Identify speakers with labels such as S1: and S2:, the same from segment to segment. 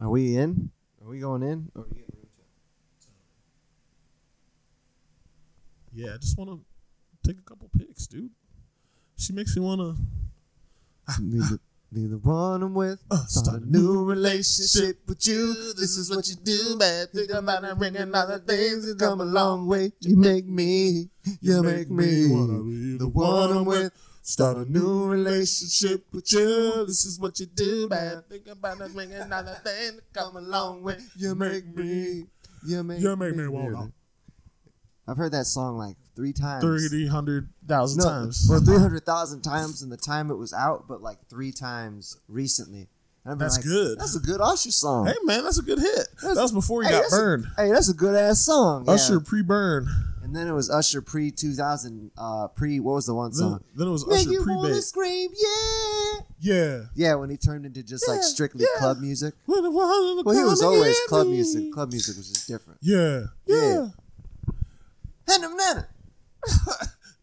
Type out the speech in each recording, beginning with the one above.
S1: Are we in? Are we going in? Or are we getting room temp?
S2: Yeah, I just want to take a couple pics, dude. She makes me want to.
S1: Need the- need the one I'm with.
S2: Uh, start
S1: Start
S2: a
S1: a
S2: new
S1: new
S2: relationship
S1: relationship with you. This is what you do, man. Think about it, bringing all the things that come a long way. You make me, you make me
S2: wanna be
S1: the one I'm with. Start a new relationship with you. This is what you do, man. Think about it, bringing all the things that come a long way. You make me, you make,
S2: You make me wanna.
S1: I've heard that song like three times.
S2: Thirty hundred thousand
S1: No,
S2: times.
S1: Well, 300,000 times in the time it was out, but like three times recently. And I've been
S2: That's
S1: like,
S2: good.
S1: That's a good Usher song.
S2: Hey man, that's a good hit. That
S1: That's-
S2: was before he
S1: Hey,
S2: got
S1: that's a-
S2: burned.
S1: hey, that's a good ass song. yeah.
S2: Usher pre-burn.
S1: And then it was Usher pre 2000, uh, pre, what was the one
S2: Then,
S1: song?
S2: then it was
S1: Make
S2: Usher
S1: you
S2: pre-bait.
S1: wanna scream, yeah.
S2: Yeah.
S1: Yeah, when he turned into just like
S2: Yeah,
S1: strictly
S2: yeah.
S1: club music.
S2: Well, he
S1: Well, he was always club music. Club music was just different.
S2: Yeah. Yeah.
S1: Yeah. And I'm nana.
S2: Name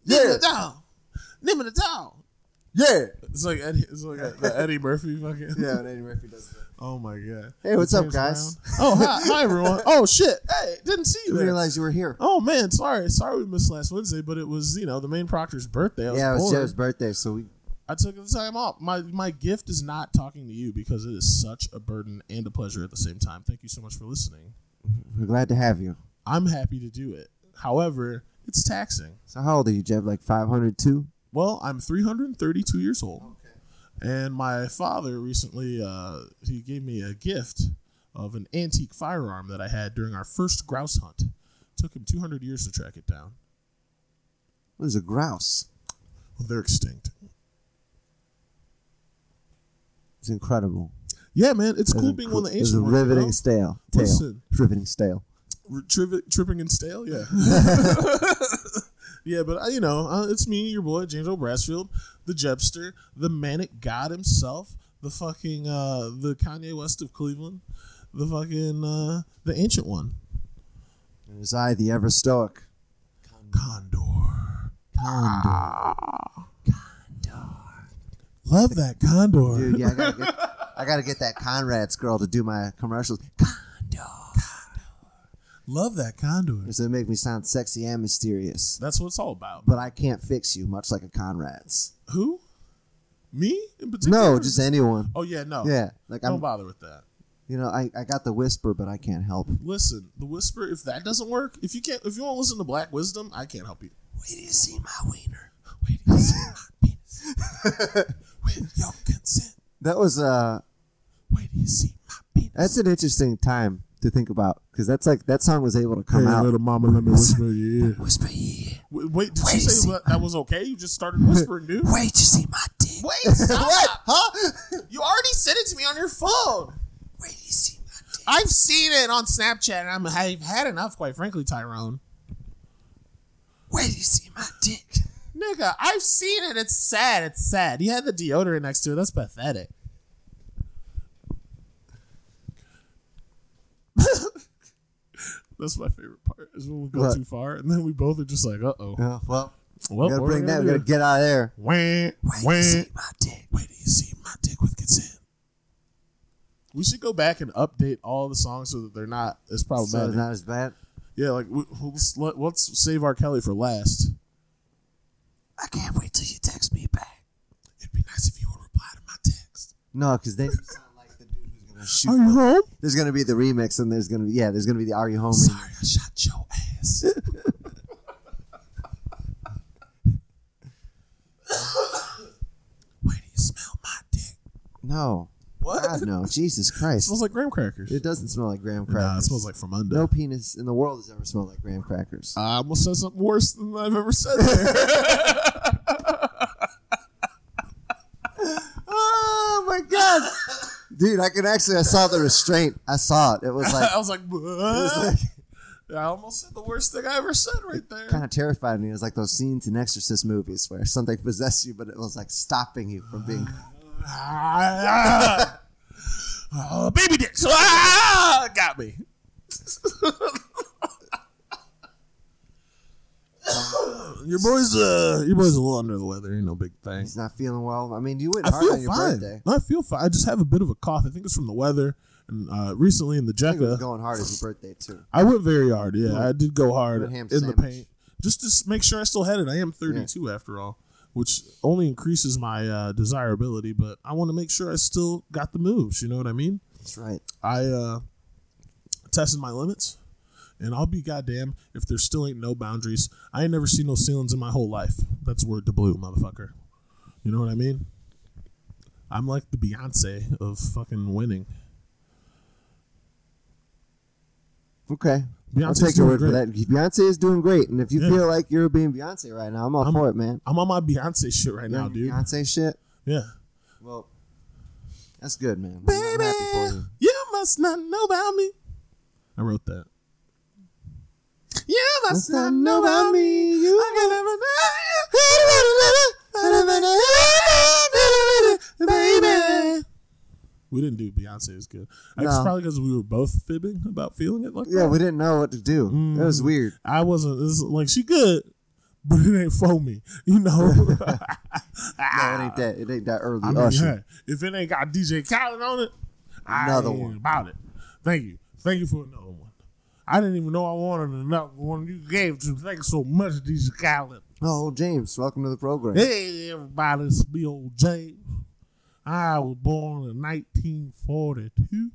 S1: Yeah.
S2: it down. Name it down.
S1: Yeah.
S2: It's like Eddie, it's like that- that Eddie Murphy fucking.
S1: Yeah, when Eddie Murphy does that.
S2: Oh my god.
S1: Hey, what's up,
S2: James
S1: guys?
S2: Brown. Oh hi, hi everyone. Oh shit. Hey, didn't see you
S1: Didn't
S2: there.
S1: realize you were here.
S2: Oh man, sorry, sorry we missed last Wednesday, but it was you know the main proctor's birthday. I was
S1: yeah, it was
S2: bored.
S1: Joe's birthday, so we
S2: I took the time off. My my gift is not talking to you because it is such a burden and a pleasure at the same time. Thank you so much for listening.
S1: we're glad to have you.
S2: I'm happy to do it. However, it's taxing.
S1: So how old are you, Jeb? Like 502?
S2: Well, I'm 332 years old, and my father recently uh, he gave me a gift of an antique firearm that I had during our first grouse hunt. took him 200 years to track it down.
S1: What is a grouse?
S2: Well, they're extinct.
S1: It's incredible.
S2: Yeah, man, it's cool
S1: It's
S2: being
S1: incre-
S2: one of the
S1: It's a
S2: ancient ones. you know?
S1: riveting stale. Tail.
S2: Listen.
S1: Riveting stale.
S2: R- trivi- tripping and stale, yeah. yeah, but uh, you know, uh, it's me, your boy James O. Brasfield, the Jebster, the manic god himself, the fucking uh, the Kanye West of Cleveland, the fucking uh, the ancient one,
S1: And his eye, the ever stoic.
S2: Condor.
S1: Condor.
S2: Love that Condor.
S1: Dude, yeah, I gotta, get, I gotta get that Conrad's girl to do my commercials.
S2: Love that Condor.
S1: It's gonna make me sound sexy and mysterious.
S2: That's what it's all about.
S1: But I can't fix you, much like a Conrad's.
S2: Who? Me in particular?
S1: No, just anyone.
S2: Oh yeah, no.
S1: Yeah, like
S2: Don't
S1: I'm,
S2: bother with that.
S1: you know, I, I got the whisper, but I can't help.
S2: Listen, the whisper. If that doesn't work, if you can't, if you want to listen to Black Wisdom, I can't help you.
S1: Wait till you see my wiener.
S2: Wait, you see my penis with your consent.
S1: That was uh,
S2: Wait, you see my penis.
S1: that's an interesting time to think about because that's like that song was able to come out.
S2: mama, let me whisper your ear.
S1: Whisper, yeah.
S2: Wait, did
S1: Wait, you
S2: you say
S1: see
S2: what, that was okay? You just started whispering, dude.
S1: Wait, you see my dick.
S2: Wait, stop.
S1: Huh?
S2: You already sent it to me on your phone.
S1: Wait, you see my dick.
S2: I've seen it on Snapchat, and I'm, I've had enough, quite frankly, Tyrone.
S1: Wait, you see my dick.
S2: Nigga, I've seen it. It's sad. It's sad. You had the deodorant next to it. That's pathetic. That's my favorite part is when we go
S1: What?
S2: too far, and then we both are just like, "Uh oh."
S1: Yeah, well,
S2: Well,
S1: we gotta
S2: oh,
S1: bring that. We gotta get out of there.
S2: Wait,
S1: Wait, you
S2: wait.
S1: see my dick.
S2: Wait, do you see my dick with consent? We should go back and update all the songs so that they're not as
S1: So
S2: problematic.
S1: it's not as bad.
S2: yeah, like we, we'll, let's- let, let's save our Kelly for last.
S1: I can't wait till you text me back.
S2: It'd be nice if you would reply to my text.
S1: No, because then you sound like the dude who's gonna shoot.
S2: you home?
S1: There's gonna be the remix, and there's gonna be yeah, there's gonna be the Are You Home? remix.
S2: Sorry, I shot your ass. Wait, do you smell my dick?
S1: No,
S2: What?
S1: God no, Jesus Christ!
S2: smells like graham crackers.
S1: It doesn't smell like graham crackers.
S2: nah, it smells like Uh, Fremunda.
S1: no penis in the world has ever smelled like graham crackers.
S2: I almost said something worse than I've ever said there.
S1: Oh my God, dude! I can actually I saw the restraint. I saw it. It was like
S2: I was like,
S1: was
S2: "What?" I almost said the worst thing I ever said right there.
S1: kind of terrified me. It was like those scenes in Exorcist movies where something possessed you, but it was like stopping you from being.
S2: Ah, ah, baby dicks. Ah, got me. Your boy's uh, your boy's a little under the weather. Ain't no big thing.
S1: He's not feeling well. I mean, you went
S2: I
S1: hard
S2: feel
S1: on your
S2: fine.
S1: birthday.
S2: No, I feel fine. I just have a bit of a cough. I think it's from the weather. And uh, recently in the
S1: I think it was
S2: Jekka,
S1: going hard as your birthday too.
S2: I went very hard. Yeah,
S1: Yeah.
S2: I did go hard
S1: Went
S2: in
S1: ham
S2: the
S1: sandwich.
S2: paint, just to s- make sure I still had it. I am 32 after all, which only increases my uh, desirability. But I want to make sure I still got the moves. You know what I mean?
S1: That's right.
S2: I uh, tested my limits, and I'll be goddamn if there still ain't no boundaries. I ain't never seen no ceilings in my whole life. That's word to blue, motherfucker. You know what I mean? I'm like the Beyonce of fucking winning.
S1: Okay, I'll
S2: Beyonce's
S1: take your
S2: doing
S1: word for
S2: great.
S1: that. Beyonce is doing great, and if you
S2: Yeah.
S1: feel like you're being Beyonce right now, I'm all
S2: I'm-
S1: for it, man.
S2: I'm on my Beyonce shit right
S1: You're
S2: now,
S1: on
S2: dude.
S1: your Beyonce shit.
S2: Yeah.
S1: Well, that's good, man. I'm- I'm happy for you.
S2: must not know about me. I wrote that. You
S1: Must not know about me. You
S2: baby. We didn't do Beyonce as good. It's
S1: No.
S2: probably because we were both fibbing about feeling it like
S1: Yeah,
S2: that.
S1: we didn't know what to do. It was
S2: Mm.
S1: weird.
S2: I wasn't this is like she good, but it ain't for me. You know.
S1: No, it ain't that. It ain't that early.
S2: Ah. I mean,
S1: Usher.
S2: hey, if it ain't got DJ Khaled on it,
S1: Another
S2: I ain't
S1: one.
S2: about it. Thank you, thank you for another one. I didn't even know I wanted another one. You gave to thank you so much, DJ Khaled.
S1: Oh, James, welcome to the program.
S2: Hey, everybody, it's me, old Jay. I was born in 1942,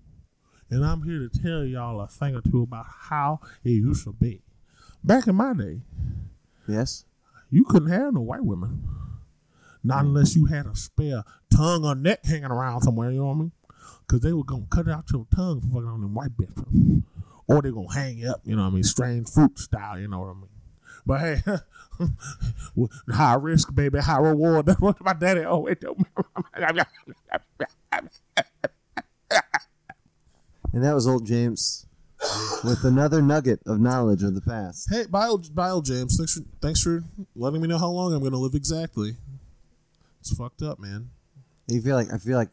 S2: and I'm here to tell y'all a thing or two about how it used to be. Back in my day,
S1: Yes.
S2: you couldn't have no white women. Not unless you had a spare tongue or neck hanging around somewhere, you know what I mean? Because they were going to cut out your tongue for fucking on them white bitches. Or they going to hang you up, you know what I mean? Strange fruit style, you know what I mean? But hey, well, high risk, baby, high reward. That's what Oh, my daddy always told me.
S1: And that was old James with another nugget of knowledge of the past.
S2: hey, Bile, Bile James, thanks for, thanks for letting me know how long I'm going to live exactly. It's fucked up, man.
S1: You feel like I feel like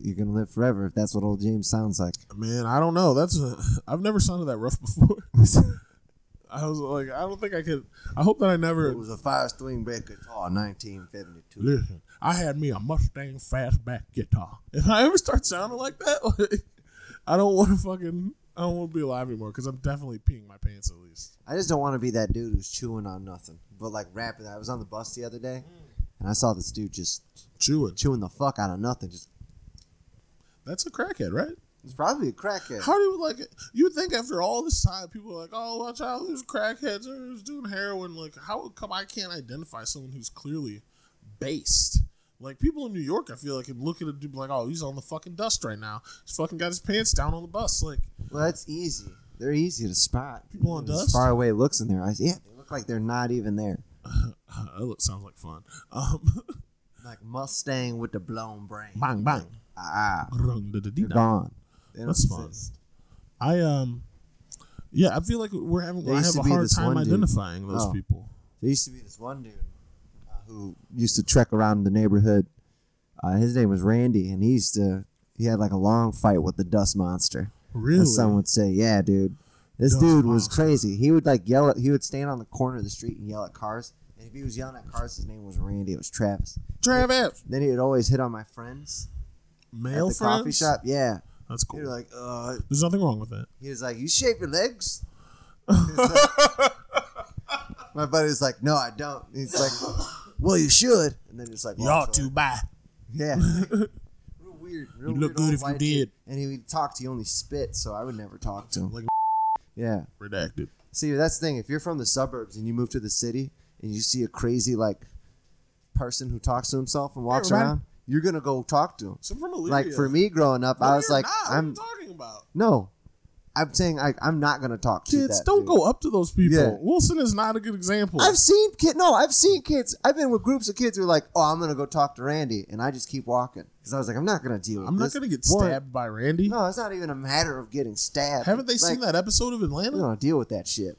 S1: you're gonna live forever if that's what old James sounds like.
S2: Man, I don't know. That's a, I've never sounded that rough before. I was like, I don't think I could. I hope that I never.
S1: was a fire string back guitar, 1972.
S2: Listen, I had me a Mustang fastback guitar. If I ever start sounding like that, like, I don't want to fucking. I don't want to be alive anymore because I'm definitely peeing my pants at least.
S1: I just don't want to be that dude who's chewing on nothing, but like rapping. I was on the bus the other day, and I saw this dude just
S2: Chewing.
S1: chewing the fuck out of nothing. Just
S2: That's a crackhead, right?
S1: it's probably a crackhead.
S2: How do you like it? You would think after all this time, people are like, "Oh, watch out, there's crackheads, or there's doing heroin." Like, how come I can't identify someone who's clearly based? Like people in New York, I feel like can look at a dude like, "Oh, he's on the fucking dust right now. He's fucking got his pants down on the bus." Like,
S1: Well, that's easy. They're easy to spot.
S2: People on
S1: There's
S2: dust?
S1: Far away looks in their eyes. Yeah, they look like they're not even there.
S2: that look, sounds like fun. Um,
S1: Like Mustang with the blown brain.
S2: bang bang,
S1: Ah, ah.
S2: Rung, da, da, dee,
S1: they're
S2: da.
S1: gone. They don't
S2: That's fun.
S1: exist.
S2: I um, yeah, I feel like we're having.
S1: There
S2: I
S1: used
S2: have
S1: to
S2: a
S1: be
S2: hard
S1: this
S2: time
S1: one dude.
S2: identifying those
S1: Oh.
S2: people.
S1: There used to be this one dude uh, who used to trek around the neighborhood. Uh, his name was Randy, and he used to he had like a long fight with the dust monster.
S2: Really?
S1: As some would say, yeah, dude. This
S2: Dust
S1: dude was
S2: monster.
S1: crazy. He would like yell at he would stand on the corner of the street and yell at cars. And if he was yelling at cars, his name was Randy. It was Travis.
S2: Travis,
S1: Then he would always hit on my friends
S2: male
S1: at the
S2: friends.
S1: coffee shop. Yeah,
S2: That's
S1: he
S2: cool.
S1: was like, uh,
S2: There's nothing wrong with that.
S1: he was like, you shave your legs. my buddy was like, no, I don't. He's like, well, you should. And then it's like,
S2: Y'all
S1: walks away.
S2: too bad.
S1: Yeah. real weird. Real
S2: You look
S1: weird
S2: good
S1: old
S2: if you
S1: white
S2: did.
S1: dude. And he would talk to you, only spit, so I would never talk to him.
S2: Like-
S1: yeah.
S2: Redacted.
S1: See, that's the thing. If you're from the suburbs and you move to the city and you see a crazy like person who talks to himself and walks
S2: everybody.
S1: around, you're gonna go talk to him.
S2: So from Elyria.
S1: Like for me growing up,
S2: No,
S1: I was
S2: you're
S1: like,
S2: not. What are you
S1: I'm
S2: talking about?
S1: no, I'm saying I, I'm not gonna talk to
S2: Kids,
S1: that
S2: don't
S1: dude.
S2: go up to those people.
S1: Yeah.
S2: Wilson is not a good example.
S1: I've seen kid. No, I've seen kids. I've been with groups of kids who are like, "Oh, I'm gonna go talk to Randy," and I just keep walking because I was like, "I'm not gonna deal with
S2: I'm not
S1: this."
S2: going to get
S1: One-
S2: stabbed by Randy.
S1: No, it's not even a matter of getting stabbed.
S2: Haven't they
S1: It's
S2: seen
S1: like,
S2: that episode of
S1: We
S2: Atlanta?
S1: don't deal with that shit.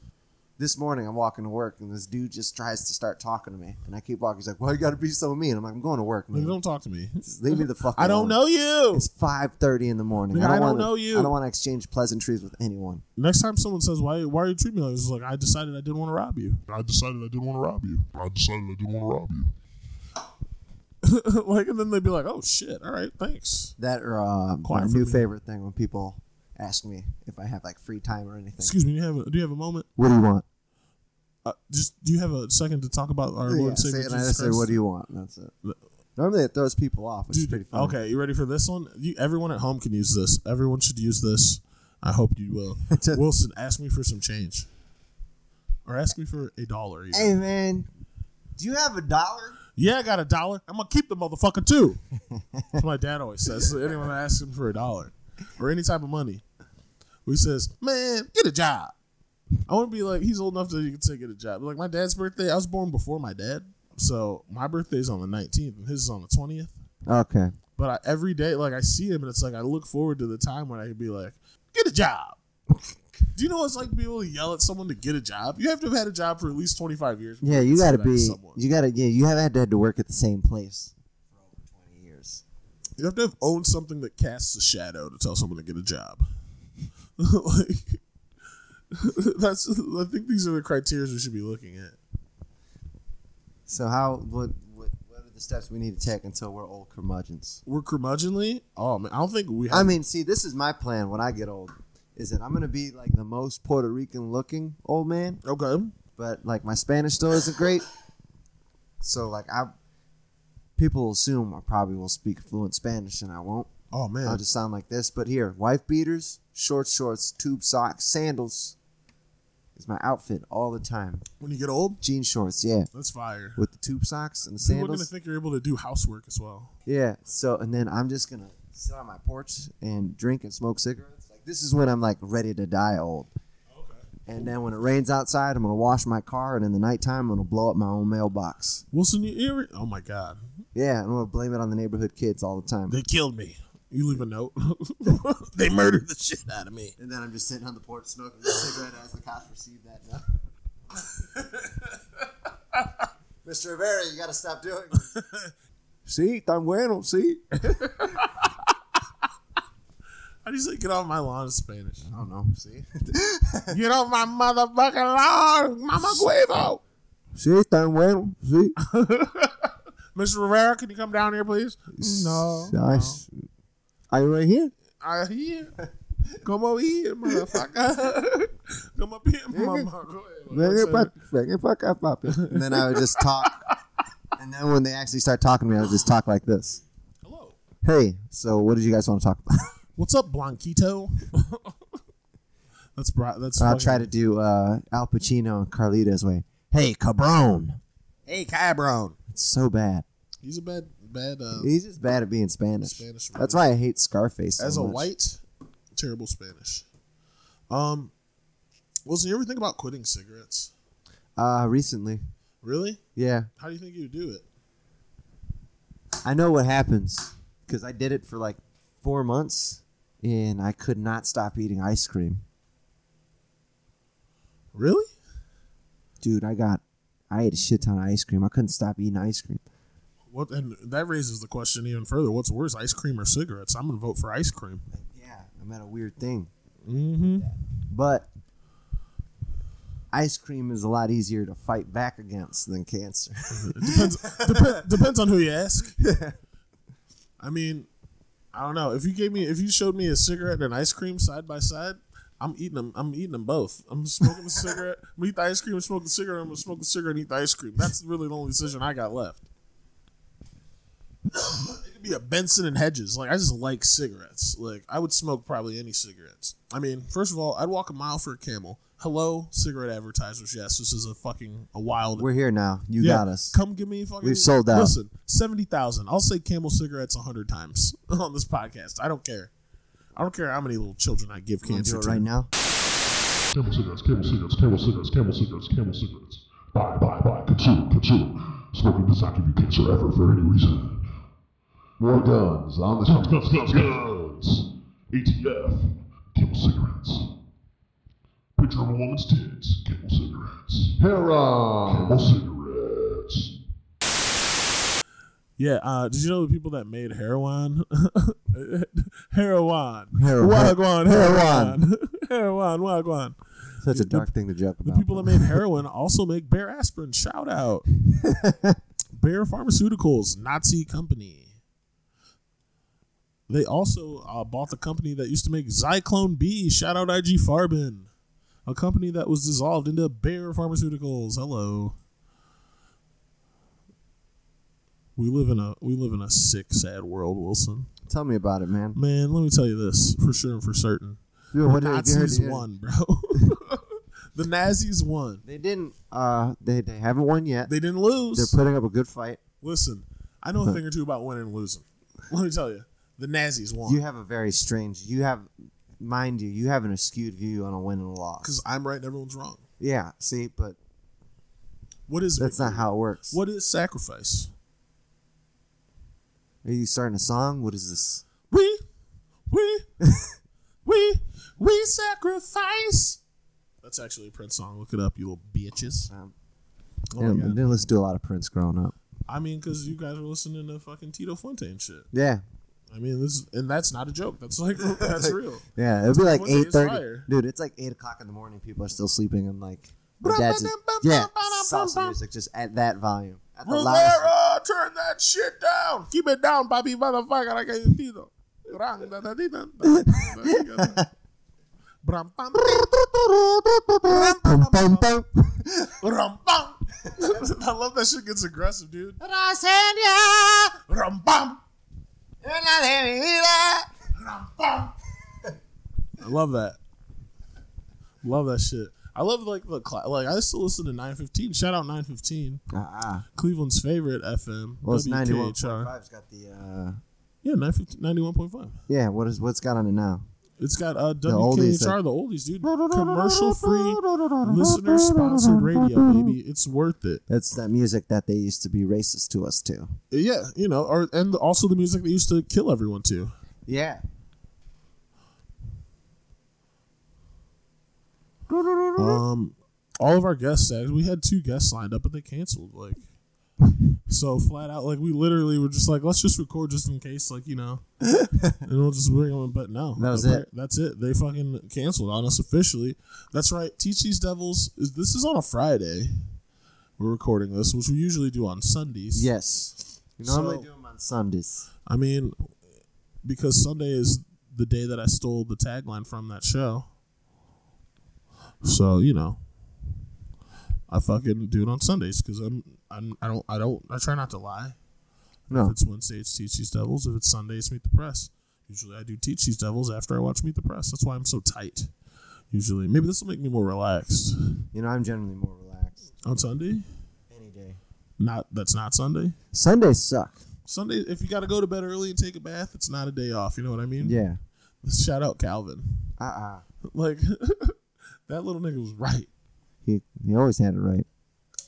S1: this morning I'm walking to work and this dude just tries to start talking to me, and I keep walking. He's like, "Why you got to be so mean?" I'm like, "I'm going to work,
S2: Nigga,
S1: man.
S2: don't talk to me.
S1: Just leave me the fuck."
S2: I
S1: alone."
S2: don't know you.
S1: It's five thirty in the morning.
S2: Nigga, I don't
S1: wanna,
S2: know you.
S1: I don't want to exchange pleasantries with anyone.
S2: Next time someone says, "Why? Why are you treating me like this?" It's like I decided I didn't want to rob you.
S3: I decided I didn't want to rob you. I decided I didn't want to rob you.
S2: like, and then they'd be like, "Oh shit! All right, thanks."
S1: That or um, my
S2: Quiet for
S1: new
S2: me.
S1: favorite thing when people ask me if I have like free time or anything.
S2: Excuse me. Do you have a, do you have a moment?
S1: What do you want?
S2: Uh, just do you have a second to talk about our Lord
S1: Yeah,
S2: and
S1: say,
S2: Savior
S1: it and I
S2: Jesus
S1: just say,
S2: Christ?
S1: "What do you want?" And that's it. Normally, it throws people off, which is pretty
S2: Dude,
S1: funny.
S2: okay, you ready for this one? You, everyone at home can use this. Everyone should use this. I hope you will.
S1: a-
S2: Wilson, ask me for some change, or ask me for a dollar. even.
S1: Hey man, do you have a dollar?
S2: Yeah, I got a dollar. I'm gonna keep the motherfucker too. That's what my dad always says. Anyone that asks him for a dollar or any type of money, he says, "Man, get a job." I want to be like he's old enough that he can say get a job. Like my dad's birthday, I was born before my dad, so my birthday is on the 19th and his is on the 20th.
S1: Okay.
S2: But I, every day, like I see him, and it's like I look forward to the time when I can be like, "Get a job." Do you know what it's like to be able to yell at someone to get a job? You have to have had a job for at least 25 years. before
S1: Yeah, you
S2: can say
S1: gotta
S2: that to
S1: be.
S2: someone.
S1: You gotta. Yeah, you have had to, had to work at the same place for over twenty years.
S2: You have to have owned something that casts a shadow to tell someone to get a job. like that's I think these are the criteria we should be looking at.
S1: So how? What? What? What are the steps we need to take until we're old curmudgeons?
S2: We're curmudgeonly. Oh man, I don't think we. Have,
S1: I mean, see, this is my plan when I get old. Is that I'm gonna be like the most Puerto Rican looking old man,
S2: okay.
S1: but like my Spanish still isn't great. So like I, people will assume I probably will speak fluent Spanish, and I won't.
S2: Oh
S1: I'll
S2: man,
S1: just sound like this. But here, wife beaters, short shorts, tube socks, sandals is my outfit all the time.
S2: when you get old,
S1: Jean shorts, yeah,
S2: that's fire.
S1: with the tube socks and the
S2: People are gonna
S1: sandals.
S2: think you're able to do housework as well.
S1: yeah. So, and then I'm just gonna sit on my porch and drink and smoke cigarettes. Like this is when I'm like ready to die old. And then when it rains outside, I'm gonna wash my car, and in the nighttime, I'm gonna blow up my own mailbox.
S2: Wilson, you ever? Oh my god,
S1: Yeah, I'm gonna blame it on the neighborhood kids all the time.
S2: they killed me. You leave a note. they murdered the shit out of me.
S1: and then I'm just sitting on the porch smoking a cigarette as the cops receive that note. Mr. Rivera, you got to stop doing this. See, tan bueno, see? I
S2: How do you say "get off my lawn" in Spanish?
S1: don't know, see?
S2: get off my motherfucking lawn, Mama Guevo.
S1: See, tan bueno, see?
S2: Mr. Rivera, can you come down here, please? No.
S1: I, Are you right here?
S2: I here. Come over here, motherfucker. come up here, mama.
S1: Ven pa- ven pa acá, papi. And then I would just talk. And then when they actually start talking to me, I would just talk like this.
S2: Hello.
S1: Hey, so what did you guys want to talk about?
S2: What's up, Blanquito? that's bright. That's.
S1: I'll
S2: fucking-
S1: try to do uh, Al Pacino and Carlito's way. Hey, cabron.
S2: Hey, Cabron.
S1: It's so bad.
S2: He's a bad, bad. Uh,
S1: He's just bad at being Spanish.
S2: Spanish man.
S1: That's why I hate Scarface. so
S2: as a
S1: much.
S2: white, terrible Spanish. Um, Wilson, you ever think about quitting cigarettes?
S1: uh, recently,
S2: Really?
S1: yeah,
S2: How do you think you would do it?
S1: I know what happens because I did it for like four months, and I could not stop eating ice cream,
S2: Really?
S1: dude. I got, I ate a shit ton of ice cream. I couldn't stop eating ice cream.
S2: What? And that raises the question even further. What's worse, ice cream or cigarettes? I'm gonna vote for ice cream.
S1: Yeah, I'm at a weird thing,
S2: Mm-hmm.
S1: but ice cream is a lot easier to fight back against than cancer.
S2: depends, dep- depends on who you ask. I mean, I don't know. If you gave me, if you showed me a cigarette and an ice cream side by side, I'm eating them. I'm eating them both. I'm smoking the cigarette. I'm gonna eat the ice cream and smoke the cigarette. I'm gonna smoke the cigarette and eat the ice cream. That's really the only decision I got left. It could be a Benson and Hedges. Like I just like cigarettes. Like I would smoke probably any cigarettes. I mean, first of all, I'd walk a mile for a camel. Hello, cigarette advertisers. Yes, this is a fucking a wild
S1: We're here now. You
S2: yeah,
S1: got us.
S2: Come give me fucking.
S1: We've sold out.
S2: Listen, seventy thousand. I'll say Camel cigarettes hundred times on this podcast. I don't care. I don't care how many little children I give
S1: Wanna
S2: cancer
S1: do it
S2: to.
S1: right now.
S3: Camel cigarettes, camel cigarettes, camel cigarettes, camel cigarettes, camel cigarettes. Buy, buy, buy, consume, consume. Smoking does not give you cancer ever for any reason.
S4: More guns on the
S3: Guns, guns, guns, E guns. ATF. Camel cigarettes. Picture of a woman's tits. cigarettes, Camel cigarettes,
S4: Heron.
S3: Camel cigarettes.
S2: Yeah, uh, did you know the people that made heroin? heroin.
S1: Hero- heroin.
S2: Wagwan, heroin. Heroin, wagwan.
S1: Such a dark thing to joke
S2: The
S1: about.
S2: people that made heroin also make Bear Aspirin. Shout out. Bear Pharmaceuticals, Nazi company. They also uh, bought the company that used to make Zyklone B. Shout out IG Farben. A company that was dissolved into Bear Pharmaceuticals. Hello. We live in a we live in a sick, sad world, Wilson.
S1: Tell me about it, man.
S2: Man, let me tell you this for sure and for certain.
S1: Dude, what
S2: the
S1: have you heard-
S2: Nazis won, bro. the Nazis won.
S1: They didn't. Uh, they they haven't won yet.
S2: They didn't lose.
S1: They're putting up a good fight.
S2: Listen, I know a thing or two about winning and losing. Let me tell you, the Nazis
S1: You
S2: won
S1: have a very strange. You have, mind you, you have an skewed view on a win and a loss.
S2: because I'm right and everyone's wrong.
S1: yeah, see, but
S2: What is
S1: that's not
S2: victory?
S1: how it works.
S2: What is sacrifice?
S1: Are you starting a song? What is this?
S2: We, we, we, we sacrifice. That's actually a Prince song. Look it up, you little bitches.
S1: Um,
S2: Oh
S1: Damn, I
S2: my God.
S1: didn't listen to a lot of Prince growing up.
S2: I mean, because you guys are listening to fucking Tito Fuente and shit.
S1: Yeah,
S2: I mean, this is, and that's not a joke. That's like that's real.
S1: yeah. It'd be like
S2: Fuente is
S1: eight thirty,
S2: fire.
S1: dude. It's like eight o'clock in the morning. People are still sleeping. I'm like, my dad's just, yeah, salsa music just at that volume. At the loudest-
S2: Rivera, turn that shit down. Keep it down, papi, motherfucker. I can't see though. Rang, da, da, dee, da, da. Bram, pam,
S1: Bum, bum, bum.
S2: rum, bam. I love that shit gets aggressive, dude. Rum, bam. Rum, bam. I love that. Love that shit. I love like the cla- like I still listen to 915. Shout out 915,
S1: Ah,
S2: Cleveland's favorite FM.
S1: well, it's ninety one point
S2: WKHR.
S1: five's got the uh,
S2: Yeah, 915 91.5.
S1: yeah. What is what's got on it now?
S2: It's got uh,
S1: oldies
S2: WKHR,
S1: that-
S2: the oldies, dude. Commercial free, listener sponsored radio, baby. It's worth it.
S1: That's that music that they used to be racist to us to.
S2: Yeah, you know, or and also the music that used to kill everyone too.
S1: Yeah.
S2: Um, all of our guests, said- we had two guests lined up, but they canceled. Like, so flat out, like we literally were just like, let's just record just in case, like you know, and we'll just bring them. But no,
S1: That was
S2: Appar-
S1: it.
S2: That's it. They fucking canceled on us officially. That's right. Teach these devils. Is this is on a Friday? We're recording this, which we usually do on Sundays.
S1: Yes. We normally
S2: So-
S1: do them on Sundays.
S2: I mean, because Sunday is the day that I stole the tagline from that show. So you know, I fucking do it on Sundays because I'm, I'm I don't I don't I try not to lie. If
S1: No.
S2: it's Wednesday, it's Teach These Devils. If it's Sunday, it's Meet the Press. Usually, I do Teach These Devils after I watch Meet the Press. That's why I'm so tight. Usually, maybe this will make me more relaxed
S1: You know, I'm generally more relaxed
S2: on Sunday.
S1: any day.
S2: Not that's not Sunday.
S1: Sundays suck.
S2: Sunday, if you got to go to bed early and take a bath, it's not a day off. You know what I mean?
S1: Yeah.
S2: Shout out Calvin.
S1: Uh uh
S2: Like that little nigga was right.
S1: He, he always had it right.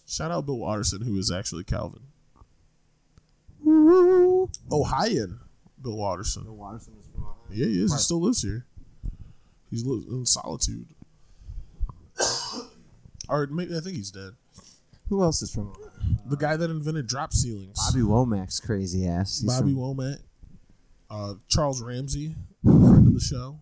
S2: Shout out Bill Watterson, who is actually Calvin. Ohioan Bill Watterson. Yeah, he is. He still lives here. He's li- in solitude. or maybe I think he's dead.
S1: Who else is from Ohio?
S2: The guy that invented drop ceilings,
S1: Bobby Womack's crazy ass. He's
S2: Bobby
S1: from-
S2: Womack, uh, Charles Ramsey, friend of the show.